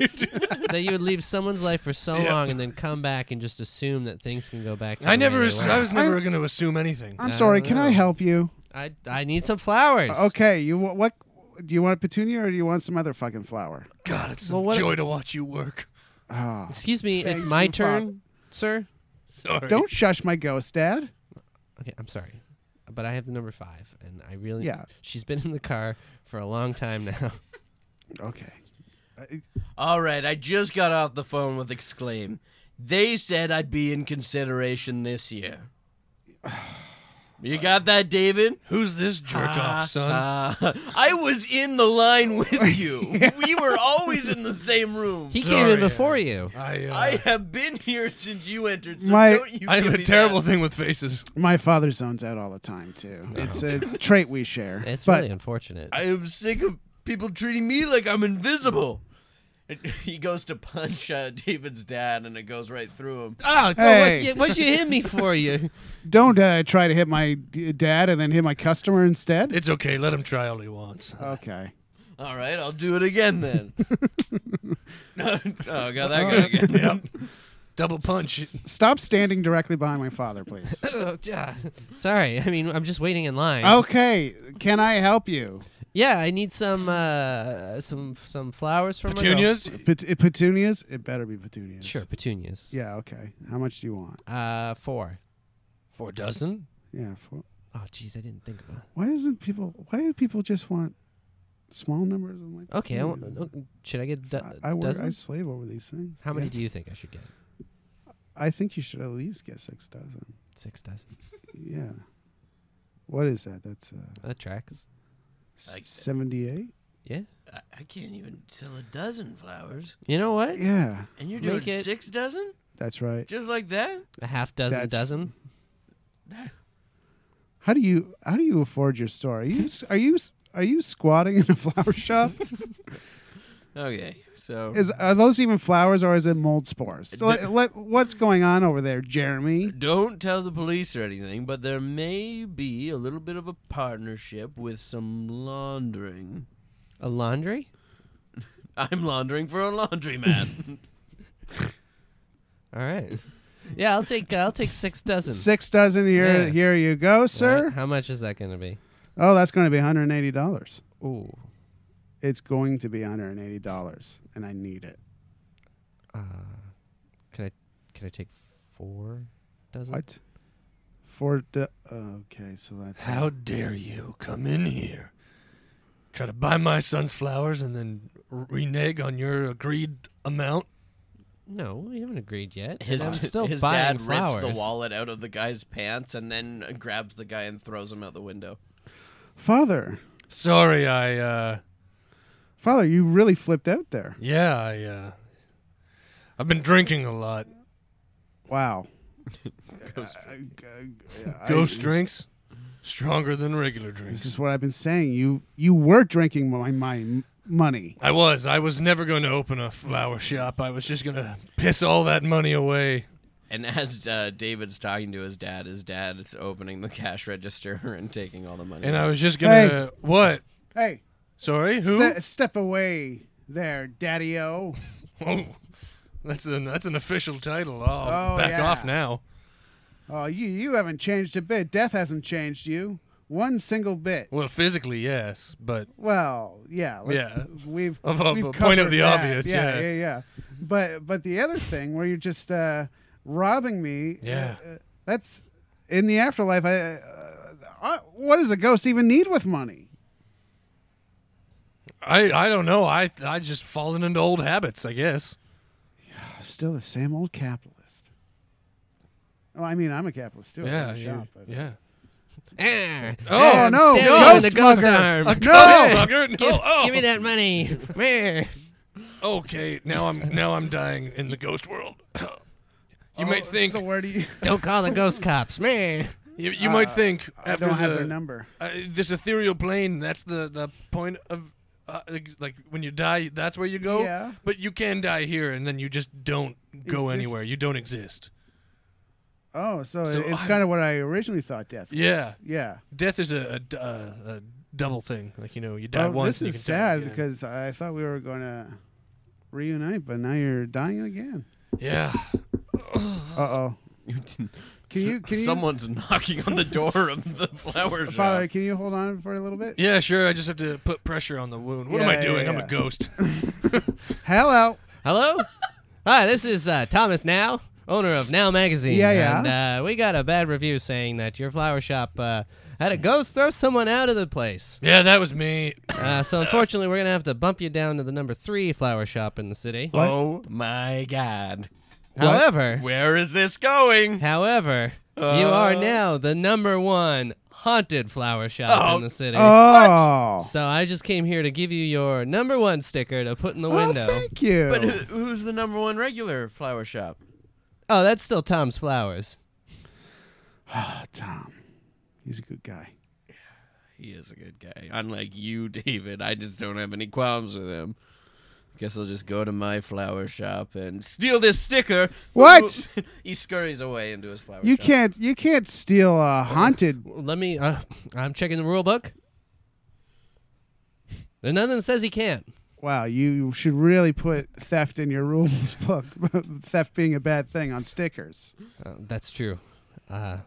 that you would leave someone's life for so
Yeah.
long and then come back and just assume that things can go back. To
I
the way
never.
they
ass-
were.
I was never
I'm-
going to assume anything.
I'm
I
sorry.
don't
Can I
know.
help you?
I I need some flowers.
Okay. You wa- what? Do you want a petunia or do you want some other fucking flower?
God, it's
Well, what-
a joy to watch
[LAUGHS]
you work.
Ah.
Excuse me,
Thank
it's my
you, Father.
turn, sir.
Sorry.
Don't shush my ghost, Dad.
Okay, I'm sorry, but I have the number five, and I really
Yeah.
She's been in the car for a long time [LAUGHS] now.
Okay.
All right, I just got off the phone with Exclaim. They said I'd be in consideration this year. [SIGHS] You got that, David?
Who's this jerk
Ah,
off, son?
Uh, I was in the line with you. We were always in the same room.
[LAUGHS] He came in
Sorry,
before you.
I, uh,
I have been here since you entered, so
My-
don't you
I have
give
a
me
terrible
that.
thing with faces.
My father zones out all the time too. It's a trait we share.
Oh. It's
but
really unfortunate.
[LAUGHS] I am sick of people treating me like I'm invisible. And [LAUGHS] he goes to punch uh, David's dad, and it goes right through him.
oh,
Hey.
what, would you hit me for, you?
don't uh, try to hit my d- dad and then hit my customer instead.
It's okay. Let him try all
[LAUGHS]
he wants.
okay.
All right, I'll do it again [LAUGHS] then. oh, got that guy
[LAUGHS]
again.
yep. Double punch.
[LAUGHS]
Stop standing directly behind my father, please.
[LAUGHS] Sorry, I mean, I'm just waiting in line.
Oh, okay. Can I help you?
Yeah, I need some uh, some some flowers from my girl-
Petunias?
Pet- uh, petunias? It better be petunias.
Sure, petunias.
Yeah. Okay. How much do you want?
Uh, four.
Four dozen?
Yeah. For,
Oh, jeez, I didn't think about.
why doesn't people? Why do people just want small numbers? I'm like,
It. Okay, I
hmm.
want, oh, should I get do-
I, I work.
dozen?
I slave over these things.
How many
Yeah.
do you think I should get?
I think you should at least get six dozen.
Six dozen.
Yeah. What is that? That's uh,
That tracks.
Like that.
seventy-eight.
Yeah.
I, I can't even sell a dozen flowers,
You know what?
Yeah,
and you're doing
Make it-
six dozen
that's right.
just like that.
A half dozen
That's-
dozen.
How do you how do you afford your store? Are you s- are you s- are you squatting in a flower [LAUGHS] shop?
Okay, so
Is are those even flowers or is it mold spores? Let, let- what's going on over there, Jeremy?
don't tell the police or anything, but there may be a little bit of a partnership with some laundering.
A laundry?
[LAUGHS] I'm laundering for a laundromat.
[LAUGHS] All right. Yeah, I'll take uh, I'll take six dozen.
Six dozen here.
Yeah.
Here you go,
All right,
sir.
How much is that going to be?
Oh, that's going to be one hundred and eighty dollars.
Ooh.
It's going to be one hundred and eighty dollars, and I need it.
Uh, can I can I take four dozen?
What? For the okay, so that's
How dare you come in here, try to buy my son's flowers, and then renege on your agreed amount?
No, we haven't agreed yet.
his
and I'm
d-
still
his
buying
dad
flowers.
rips the wallet out of the guy's pants and then grabs the guy and throws him out the window.
father.
Sorry, I, uh,
Father, you really flipped out there.
yeah, I, uh, I've been drinking a lot.
Wow.
Ghost drinks, stronger than regular
This
drinks.
is what I've been saying. You you were drinking my my m- money.
I was. I was never going to open a flower shop. I was just going to piss all that money away.
And as uh, David's talking to his dad, his dad is opening the cash register [LAUGHS] and taking all the money.
And I was just going to. What?
Hey,
Sorry, who?
ste- step away there, Daddy-O.
Oh, that's an that's an official title. I'll
Oh,
back
yeah.
off now.
Oh, you you haven't changed a bit. Death hasn't changed you one single bit.
Well, physically, yes, but
Well, yeah, let's,
Yeah.
We've,
Of- of-
we've
a point of
covered
the
that.
obvious,
yeah,
yeah.
yeah, yeah. But but the other thing where you're just uh, robbing me.
Yeah.
uh, uh, that's in the afterlife. I, uh, uh, what does a ghost even need with money?
I I don't know. I I just fallen into old habits, I guess.
Still the same old capitalist. Oh, I mean, I'm a capitalist too. I
yeah,
own a
you-
shop, but-
yeah.
Ah,
Oh,
I'm
no,
stabbing
no,
you in the
ghost
ghost
mugger.
arm.
A
Give-
ghost fucker? [LAUGHS] No.
Give,
oh.
me that [LAUGHS] money. Meh.
Okay, now I'm now I'm dying in the ghost world. [COUGHS] you might
Oh,
think
So where do you?
Don't call the ghost cops. Meh.
you, you might think
uh, I
after
don't have their
the
number.
uh, this ethereal plane. That's the the point of. Uh, like- like when you die, that's where you go.
Yeah.
But you can die here, and then you just don't go
Exist.
anywhere. You don't exist.
Oh, so,
So
it's
I-
kind of what I originally thought death. Was.
Yeah.
Yeah.
death is a, a d- uh, a double thing. Like you know, you die
Well,
once. and
this is
you can
sad
die again.
because I thought we were going to reunite, but now you're dying again.
yeah,
Uh oh. Can you? Can you?
Someone's knocking on the door of the flower shop.
Father, can you hold on for a little bit?
yeah, sure. I just have to put pressure on the wound. What
Yeah,
am I doing?
yeah,
I'm
yeah.
a ghost.
Hello.
Hello? Hi, this is uh, Thomas Now, owner of Now Magazine.
Yeah, yeah.
And uh, we got a bad review saying that your flower shop uh, had a ghost throw someone out of the place.
yeah, that was me.
Uh, so unfortunately, we're going to have to bump you down to the number three flower shop in the city.
Oh my god.
However,
Where is this going?
however, you
Uh.
are now the number one haunted flower shop in the city.
Oh,
So I just came here to give you your number one sticker to put in the
Oh,
window.
thank you.
But who, who's the number one regular flower shop?
Oh, that's still Tom's flowers.
Tom, he's a good guy.
He is a good guy. Unlike you, David, I just don't have any qualms with him. Guess I'll just go to my flower shop and steal this sticker.
What?
[LAUGHS] he scurries away into his flower
You
shop.
can't, you can't steal a haunted.
Let me. Uh, I'm checking the rule book. There's nothing that says he can't.
Wow, you should really put theft in your rule [LAUGHS] book. theft being a bad thing on stickers.
Uh, that's true. Uh,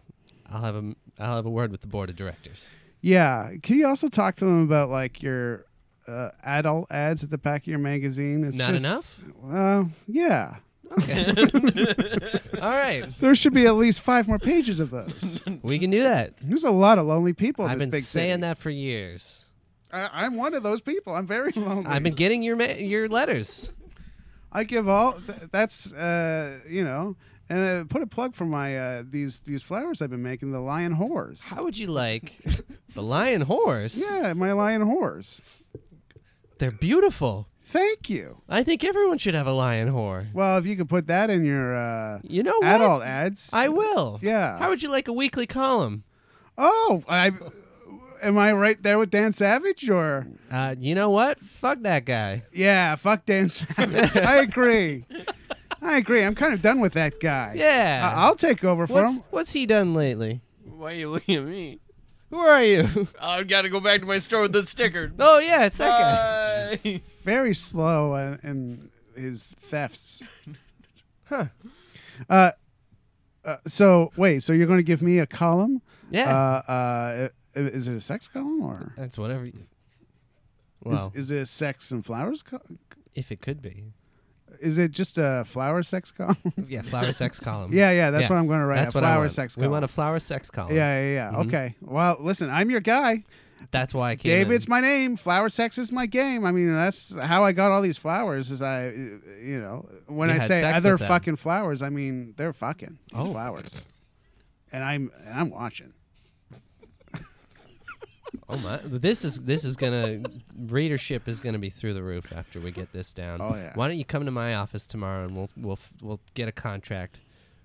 I'll have a I'll have a word with the board of directors.
Yeah. Can you also talk to them about like your uh, adult ads at the back of your magazine? It's
Not
just-
enough.
Uh, yeah.
All right,
There should be at least five more pages of
[LAUGHS]
those.
we can do
[LAUGHS]
that.
There's a lot of lonely people in
I've
this
been
big
saying
city.
that for years.
I, I'm one of those people. I'm very [LAUGHS] lonely.
I've been getting your ma- your letters.
I give all. Th- that's uh, you know. And uh, put a plug for my uh, these these flowers I've been making. The lion whores.
How would you like
[LAUGHS]
the lion horse?
Yeah, my lion whores.
They're beautiful.
Thank you.
I think everyone should have a lion whore.
Well, if you could put that in your uh,
You know what?
adult ads,
I will.
Yeah.
How would you like a weekly column?
Oh, I am I right there with Dan Savage or
Uh, you know what? Fuck that guy.
yeah, fuck
[LAUGHS]
Dan Savage. I agree. I agree. I'm kind of done with that guy.
Yeah.
I- will take over for
what's
him.
what's he done lately?
Why are you looking at me?
Who are you? [LAUGHS]
I've got to go back to my store with the sticker.
oh yeah, it's that guy.
Uh,
Bye.
Very slow in, in his
[LAUGHS]
thefts. Huh. Uh, uh, so wait, so you're going to give me a column?
Yeah.
Uh, uh, i- is it a sex column or
That's whatever. You... Well,
is, is it a sex and flowers? Co-
if it could be,
is it just a flower
[LAUGHS]
sex column?
yeah, flower
[LAUGHS]
sex column.
Yeah, yeah, that's
Yeah.
what I'm going to write.
That's
a
what
flower
I want.
sex
We Mm-hmm.
column.
want a flower sex column.
yeah, yeah, yeah. Okay. Well, listen, I'm your guy.
That's why I came.
David's
in.
my name. Flower sex is my game. I mean, that's how I got all these flowers. Is I, uh, you know, when
You
I
had
say
sex
other
with them.
fucking flowers, I mean they're fucking these
Oh.
flowers, and I'm and I'm watching.
Oh my! This is this is gonna readership is gonna be through the roof after we get this down.
Oh, yeah.
Why don't you come to my office tomorrow and we'll we'll we'll get a contract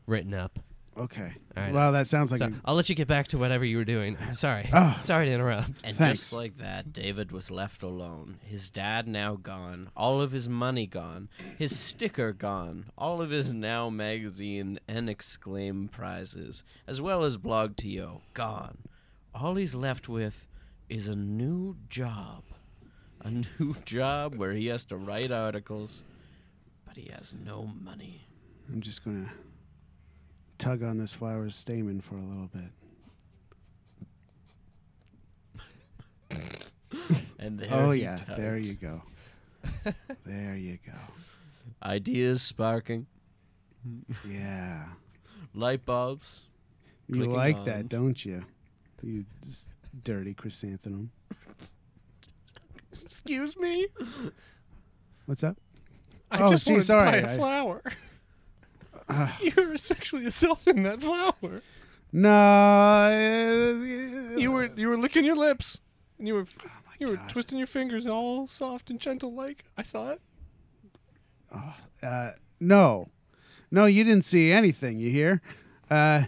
written up.
Okay.
All right.
Well, that sounds like.
So
a-
I'll let you get back to whatever you were doing. I'm sorry.
Oh.
[LAUGHS] Sorry to interrupt.
And
Thanks.
just like that, David was left alone. His dad now gone, all of his money gone, his sticker gone, all of his Now magazine and Exclaim prizes, as well as Blog TO, gone. All he's left with is a new job. A new [LAUGHS] job where he has to write articles, but he has no money.
I'm just gonna tug on this flower's stamen for a little
[LAUGHS]
bit.
And there
oh
he
yeah,
tugged.
there you go. there you
[LAUGHS]
go.
Ideas sparking,
Yeah.
light bulbs.
You
clicking
like
on.
that, don't you? You just dirty chrysanthemum.
[LAUGHS] Excuse me.
What's up?
I
Oh,
just
gee,
wanted
sorry,
to buy a [SIGHS]
I-
flower. You're sexually assaulting that flower.
No. uh,
You were you were licking your lips, and you were you were
God.
twisting your fingers all soft and gentle like I saw it.
Uh, no, no, you didn't see anything. You hear? Uh,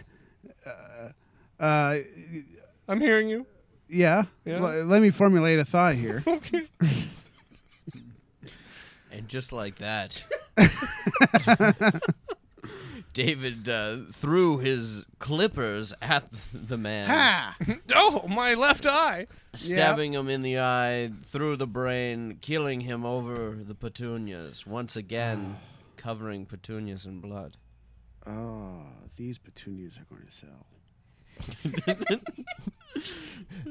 uh, uh,
I'm hearing you. [LAUGHS]
yeah.
Yeah.
L- let me formulate a thought [LAUGHS] here.
[LAUGHS] Okay.
And just like that, David uh, threw his clippers at the man,
ha!
oh, my left eye.
stabbing him in the eye, through the brain, killing him over the petunias. Once again, covering petunias in blood.
Oh, these petunias are going to sell.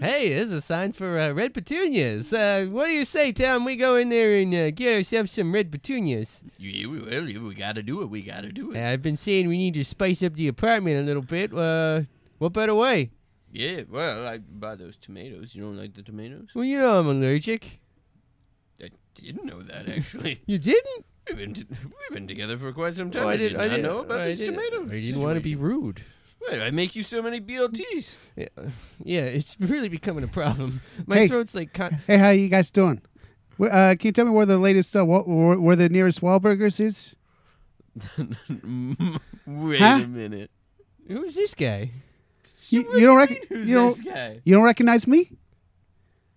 Hey, this is a sign for uh, red petunias. Uh, what do you say, Tom? We go in there and uh, get ourselves some red petunias.
You, we, well, you, we gotta do it. We gotta do
Uh,
it.
I've been saying we need to spice up the apartment a little bit. Uh, what better way?
Yeah. Well, I buy those tomatoes. You don't like the tomatoes?
Well, you know I'm allergic.
I didn't know that actually.
You didn't?
we've been t- we've been together for quite some time.
Oh,
I, did,
didn't-
not
didn't-
know about
I
these
didn't-
tomatoes.
I didn't want to be
situation.
rude.
Wait, I make you so many BLTs.
Yeah, yeah, it's [LAUGHS] really becoming a problem. My
Hey.
throat's like con-
Hey, how you guys doing? Wh- Uh, can you tell me where the latest uh, wa- where where the nearest Wahlburgers is?
Wait
Huh?
a minute.
who's this guy?
You, you don't rec-
Who's
you don't
this guy?
you don't recognize me?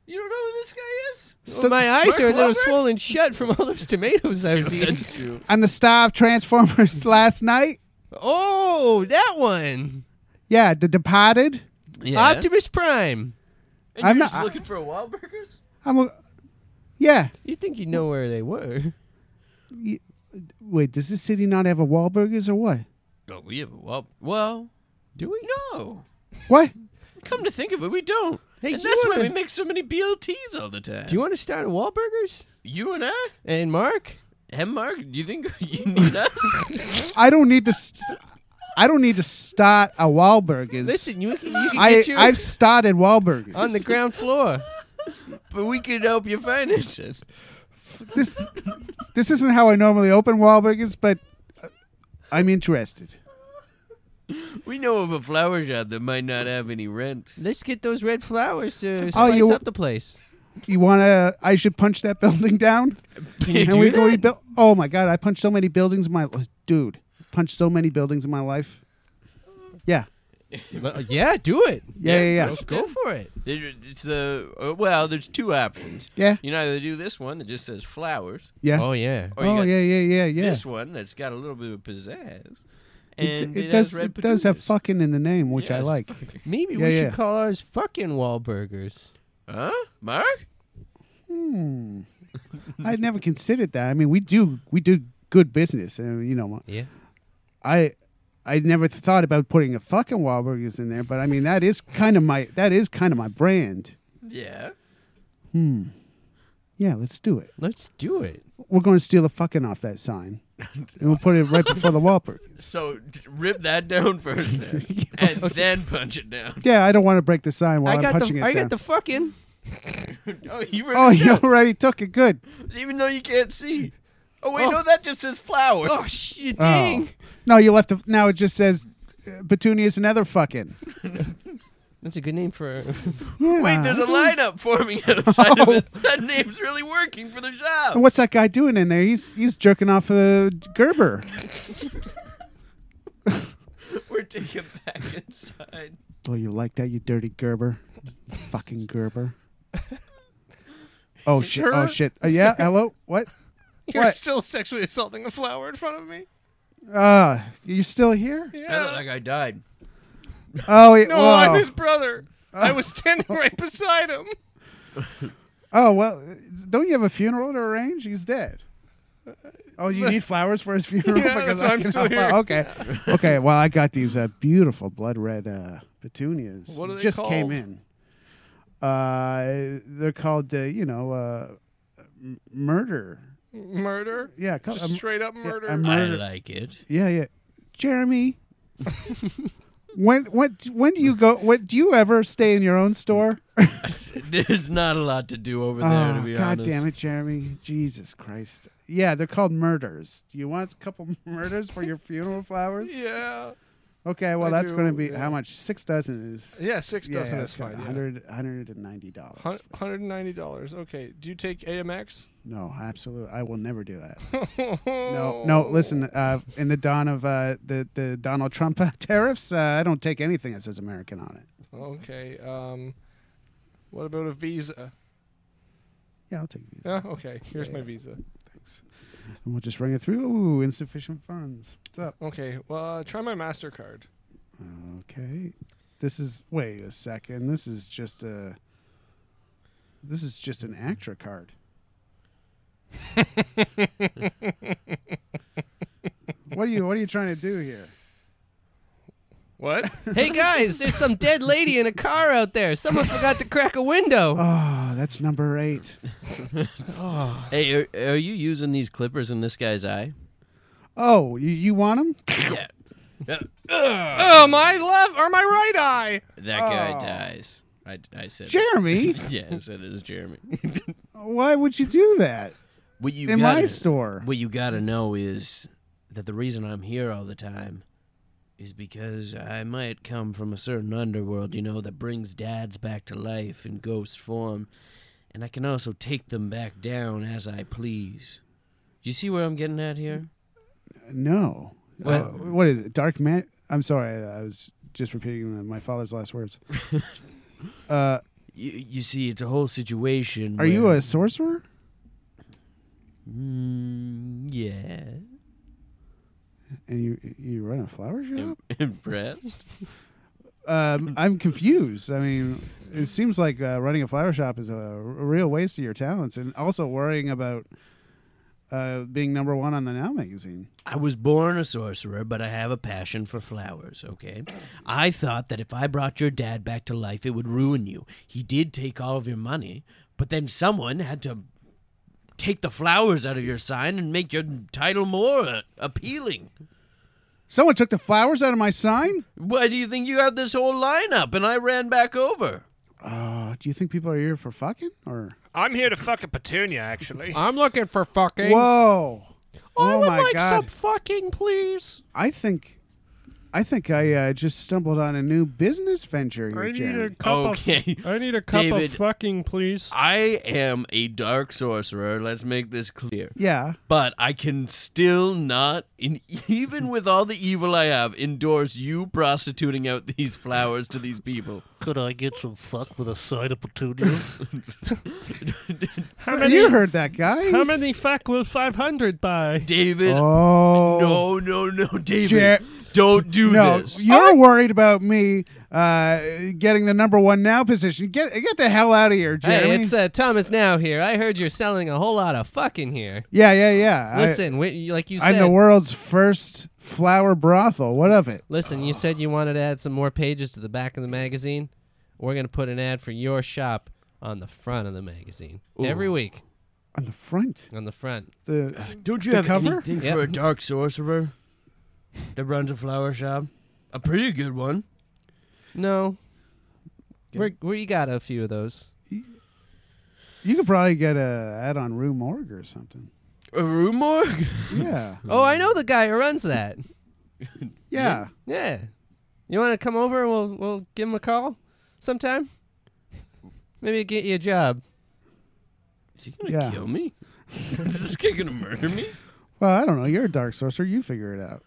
You don't know who this guy is?
St-
my eyes are a little
Wahlberg?
swollen shut from all those tomatoes
[LAUGHS]
I was eating.
true.
I'm the star of Transformers [LAUGHS] last night.
Oh, that one,
Yeah, The Departed.
Yeah.
Optimus Prime.
and
I'm
you're
not-
just looking for a Wahlburgers?
I'm a, yeah.
You think you know where they were?
Wait, does this city not have a Wahlburgers or what?
No, we have a Wahlburgers. Well,
Do we?
no.
What?
Come to think of it, we don't.
Hey,
and
do you
that's why
wanna-
we make so many BLTs all the time.
Do you want to start at Wahlburgers?
you and I?
And Mark?
And Mark, do you think [LAUGHS] you need us?
I don't need to. St- I don't need to start a Wahlburgers.
Listen, you can, you can
I
get your
I've started Wahlburgers.
on the ground floor.
but we could help you finance it.
[LAUGHS] this this isn't how I normally open Wahlburgers, but uh, I'm interested.
We know of a flower shop that might not have any rent.
Let's get those red flowers to spice
you-
up the place.
You wanna? I should punch that [LAUGHS] building down.
Can you
and
do
we
that?
go rebuild. Oh my god, I punched so many buildings in my dude. Punched so many buildings in my life. Yeah,
Well, Uh, yeah, do it.
yeah, yeah, yeah.
Let's go for it.
There- It's the uh, well. There's two options.
Yeah.
You can either do this one that just says flowers,
yeah.
Oh yeah.
or you
oh
got
yeah, yeah, yeah, yeah.
this one that's got a little bit of pizzazz.
It,
And
it
has
does. It
red
does have
petunias.
fucking in the name, which I
Yes. [LAUGHS]
like.
Maybe
Yeah,
we
yeah.
should call ours fucking Wahlburgers.
Huh, Mark?
Hmm. I never considered that. I mean, we do we do good business, and you know,
Yeah.
I I never thought about putting a fucking Wahlburgers in there, but I mean, that is kind of my that is kind of my brand.
Yeah.
Hmm. Yeah, let's do it.
Let's do it.
We're going to steal the fucking off that
[LAUGHS]
sign, and we'll put it right before the Wahlburgers.
So d- rip that down
[LAUGHS]
first, then, and then punch it down.
Yeah, I don't want to break the sign while
I
am
got
punching
the
it
I
down.
got the fucking
Oh, you ripped
oh, [LAUGHS]
it
you
down,
already took it. Good.
even though you can't see. Oh wait,
Oh.
no, that just says flowers.
Oh shit,
Oh.
dang.
No, you left. The, now it just says uh, petunias and other fucking.
That's a good name for [LAUGHS]
Yeah.
Wait, there's a lineup forming
[LAUGHS]
outside of it. That name's really working for the shop.
And what's that guy doing in there? He's he's jerking off a Gerber.
We're taken back inside.
Oh, you like that, you dirty Gerber? Fucking Gerber. Oh shit! Oh
Sure.
shit! Uh, yeah. Hello.
[LAUGHS]
What?
You're
What?
still sexually assaulting a flower in front of me?
Uh, you still here?
I thought that guy died.
Oh, it,
No,
whoa.
I'm his brother. I
[LAUGHS]
was standing right beside him.
oh well. uh, Don't you have a funeral to arrange? He's dead. Oh, you need flowers for his
[LAUGHS]
funeral.
Yeah, that's why I'm
can
still
help out. [LAUGHS] Okay, okay. Well, I got these uh, beautiful blood red uh, petunias.
What are they
Just came
called?
in. Uh, they're called uh, you know uh, m- murder.
Murder?
Yeah, co-
Just
a-
straight up
Um, yeah,
murder?
a murder.
[LAUGHS]
like it.
Yeah, yeah. Jeremy, [LAUGHS] when when when do you go? When do you ever stay in your own store?
There's not a lot to do over there, to
Oh,
be
God
honest.
damn it, Jeremy! Jesus Christ! Yeah, they're called murders. Do you want a couple [LAUGHS] murders for your funeral flowers?
[LAUGHS] [LAUGHS] yeah.
Okay, well
I
that's
do,
going to be
yeah.
how much? Six dozen is.
Yeah, six
yeah,
dozen
yeah,
is
it's got
fine. Yeah.
100 190 dollars.
Hun- $190. Okay. Do you take AMX?
No, absolutely, I will never do that. No,
Oh.
no. Listen, uh, in the dawn of uh, the the Donald Trump tariffs, uh, [LAUGHS] I don't take anything that says American on it.
Okay. Um, what about a visa?
Yeah, I'll take these.
Yeah, okay. Here's my visa.
Thanks. And we'll just run it through. Ooh, insufficient funds. What's up?
Okay. Well, uh, try my MasterCard.
Okay. This is wait a second. This is just a this is just an Actra card. what are you what are you trying to do here? [LAUGHS]
What?
Hey guys, there's some dead lady in a car out there. Someone forgot to crack a window.
Oh, that's number eight.
Oh,
Hey, are, are you using these clippers in this guy's eye?
Oh, you, you want him?
yeah. Uh,
Ah.
oh, my left or my right eye?
that guy
Oh.
dies. I, I said. [LAUGHS] it.
Jeremy,
Yeah, I said it was Jeremy.
why would you do that?
what you
In
gotta,
my store.
What you gotta know is that the reason I'm here all the time
is because I might come from a certain underworld, you know, that brings dads back to life in ghost form, and I can also take them back down as I please. Do you see where I'm getting at
Mm-hmm.
here?
No.
Well-
Uh, what is it? Dark man? I'm sorry. I was just repeating the, my father's last words. uh,
You, you see, it's a whole situation.
are you
where-
a sorcerer?
Mm, yeah.
And you you run a flower shop?
Impressed?
Um, I'm confused. I mean, it seems like uh, running a flower shop is a, r- real waste of your talents, and also worrying about uh, being number one on the Now magazine.
I was born a sorcerer, but I have a passion for flowers, okay? I thought that if I brought your dad back to life, it would ruin you. He did take all of your money, but then someone had to take the flowers out of your sign and make your title more uh, appealing.
Someone took the flowers out of my sign.
Why do you think you had this whole lineup and I ran back over?
Uh, do you think people are here for fucking or?
I'm here to fuck a petunia, actually.
I'm looking for fucking.
Whoa!
I
oh
would
my
like
god!
some fucking, please.
I think, I think I uh, just stumbled on a new business venture
I
here,
need a
Jeremy.
cup
Okay.
of I need a cup
David.
of fucking please.
I am a dark sorcerer, let's make this clear.
Yeah,
but I can still not, in, [LAUGHS] even with all the evil I have, endorse you prostituting out these flowers to these people.
Could I get some fuck with a side of
[LAUGHS]
petunias?
How
you
many
heard that, guys.
how many fuck will 500 buy?
David,
Oh
no, no,
[LAUGHS]
no, David,
Jer-
don't do
No,
this.
you're worried about me uh, getting the number one now position. Get get the hell out of here, Jeremy.
Hey, it's uh, Thomas now here. I heard you're selling a whole lot of fucking here.
yeah, yeah, yeah.
Listen, we, like you
I, am
said.
the world's first flower brothel. What of it?
listen, you said you wanted to add some more pages to the back of the magazine. We're gonna put an ad for your shop on the front of the magazine every week
On the front,
on the front.
the
Don't you
The
have
cover?
anything
Yep.
for a dark sorcerer that runs a flower shop? A pretty good one.
No,
Good.
We're, we got a few of those.
you could probably get a ad on Rue Morgue or something.
A rumor?
Yeah,
Oh, I know the guy who runs that.
yeah.
Yeah, you want to come over? and We'll we'll give him a call sometime. Maybe get you a job.
Is he gonna
Yeah.
kill me? [LAUGHS] Is this guy gonna murder me?
Well, I don't know. You're a dark sorcerer. You figure it out.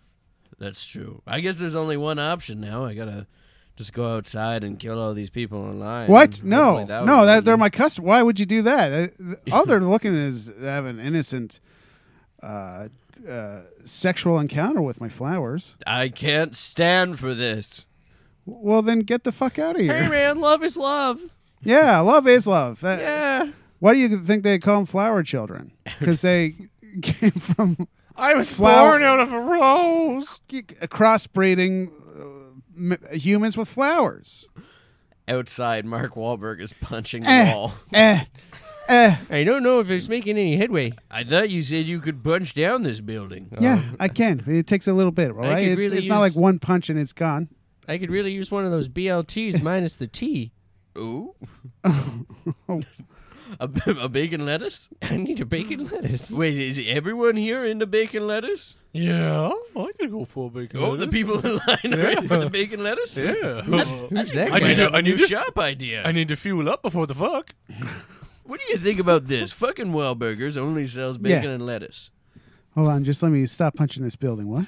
That's true. I guess there's only one option now. I gotta just go outside and kill all these people online.
What?
Hopefully
No,
that
no,
would
that
be-
they're my customer. Why would you do that? Uh, th- All they're looking is to have an innocent uh, uh, sexual encounter with my flowers.
I can't stand for this.
W- Well, then get the fuck out of
Hey
here.
man, love is love.
yeah, love is love. That-
Yeah.
Why do you think they call them flower children? Because they [LAUGHS] came from
I was
[LAUGHS] Flower-
born out of a rose.
crossbreeding uh, m- humans with flowers.
Outside, Mark Wahlberg is punching the
Eh.
wall.
Eh, eh.
I don't know if it's making any headway.
I thought you said you could punch down this building.
Yeah, I can. It takes a little bit, all
Um, I
right?
could
It's,
really
it's not
use-
like one punch and it's gone.
I could really use one of those BLTs minus the T.
Ooh. a, b- a bacon lettuce?
I need a bacon lettuce.
Wait, is everyone here into bacon lettuce?
Yeah, I could go for a big
Oh, the people in line are in for the bacon lettuce?
Yeah.
Who's that?
I
guy?
need to-
a
I need
new
to-
shop idea.
I need to fuel up before the fuck.
What do you think about this? Fucking Wahlburgers only sells bacon
Yeah.
and lettuce.
Hold on, just let me stop punching this building. What?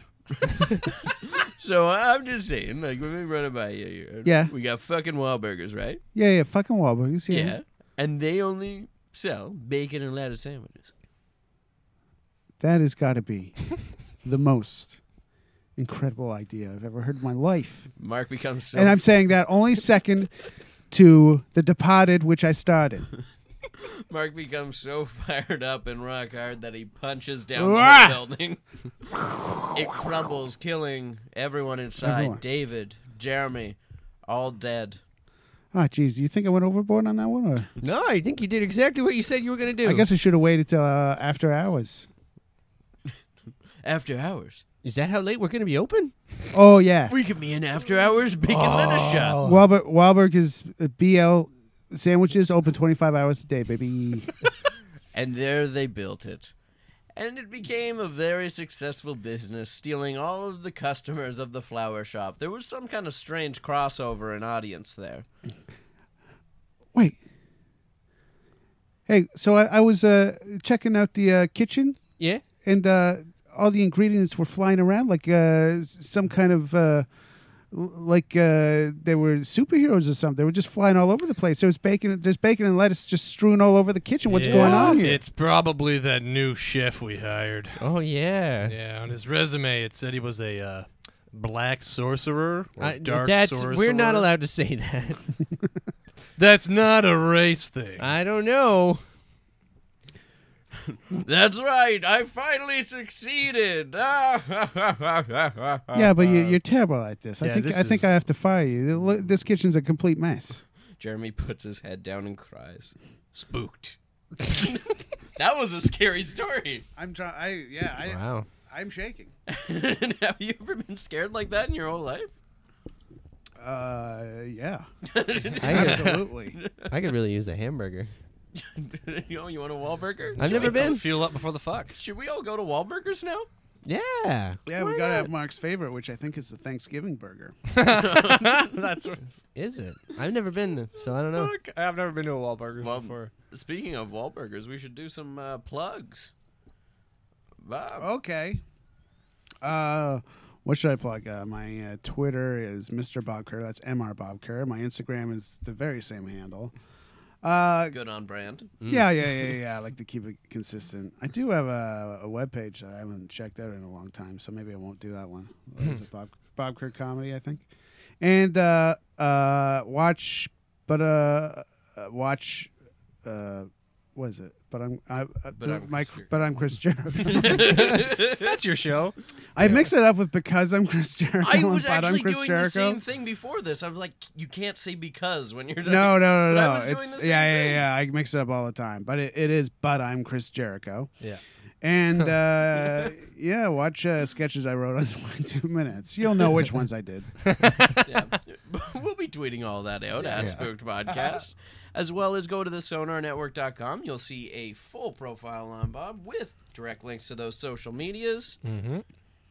So I'm just saying, like, let me run it by you here.
Yeah.
We got fucking Wahlburgers, right?
Yeah, yeah, fucking Wahlburgers. Yeah.
And they only sell bacon and lettuce sandwiches.
That has got
[LAUGHS]
to be the most incredible idea I've ever heard in my life.
Mark becomes so.
[LAUGHS]
and I'm saying that only second to The Departed, which I
[LAUGHS]
started.
Mark becomes so [LAUGHS] fired up and rock hard that he punches down the
Wah!
whole building. [LAUGHS] it crumbles, killing everyone inside.
Everyone.
David, Jeremy, all dead.
Ah, jeez, you think I went overboard on that one? Or?
No, I think you did exactly what you said you were going to do.
I guess I should have waited till uh, after hours.
After hours.
Is that how late we're going to be open?
Oh yeah,
We could be in after hours bacon lettuce shop.
Wahlberg, Wahlberg is uh, BL
[LAUGHS]
sandwiches open 25 hours a day, baby.
And there they built it. and it became a very successful business, stealing all of the customers of the flower shop. There was some kind of strange crossover in audience there.
Wait. Hey, so I, I was uh, checking out the uh, kitchen,
Yeah.
and uh, all the ingredients were flying around like uh, s- some kind of. Uh, l- like uh, they were superheroes or something. They were just flying all over the place. There was bacon. There's bacon and lettuce just strewn all over the kitchen. What's going on here?
It's probably that new chef we hired.
Oh yeah.
Yeah, on his resume it said he was a uh, black sorcerer or
I-
dark
that's
sorcerer.
we're not allowed to say that.
That's not a race thing.
I don't know.
That's right, I finally succeeded. [LAUGHS] yeah,
yeah, but you, you're terrible at this. I
Yeah,
think
this
I think
is-
I have to fire you. Look, This kitchen's a complete mess.
Jeremy puts his head down and cries. Spooked. [LAUGHS] that was a scary story. [LAUGHS]
I'm trying. I yeah. I
Wow.
I'm shaking.
Have you ever been scared like that in your whole life? [LAUGHS]
Uh, yeah,
I
[LAUGHS]
could,
absolutely.
I could really use a hamburger.
you know, you want a Wahlburger?
I've
Should
never
we-
been.
Feel up before the fuck.
Should we all go to Wahlburgers now?
Yeah.
yeah, we gotta have Mark's favorite, which I think is the Thanksgiving burger.
That's what
Is it? I've never been, so I don't know.
fuck. I've never been to a Wahlburgers
Well,
before.
Um, Speaking of Wahlburgers, we should do some uh, plugs. Bob,
Okay. Uh, what should I plug? Uh, my uh, Twitter is Mr. Bob Kerr. That's Mr. Bob Kerr. My Instagram is the very same handle. Uh,
good on brand.
yeah, yeah, yeah, yeah. I like to keep it consistent. I do have a, a web page that I haven't checked out in a long time, so maybe I won't do
[LAUGHS]
that one. What is it? Bob Bob Kerr comedy, I think. And uh, uh, watch, but uh, uh, watch, uh, what is it? But I'm, I, uh,
But I'm
my,
Chris Jericho.
but
[LAUGHS]
I'm Chris Jericho.
That's your show.
I mix it up with because I'm Chris Jericho.
I
and
was
but I'm
actually
Chris
doing
Jericho.
the same thing before this. I was like, you can't say because when you're
No, no, no,
But I
no.
was doing
It's
the same
yeah, yeah,
thing.
yeah. I mix it up all the time, but it, it is. But I'm Chris Jericho.
Yeah.
[LAUGHS]
And uh, yeah, watch uh, sketches I wrote [LAUGHS] on the two minutes. You'll know which ones I did.
[LAUGHS] we'll be tweeting all that out at Spooked Podcast, as well as go to the SonarNetwork.com. You'll see a full profile on Bob with direct links to those social medias.
Mm-hmm.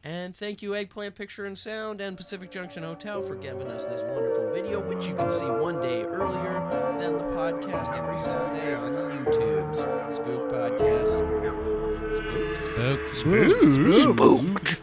And thank you, Eggplant Picture and Sound and Pacific Junction Hotel, for giving us this wonderful video, which you can see one day earlier than the podcast every Sunday on the YouTubes. Spook Podcast. Spook.
Spooked.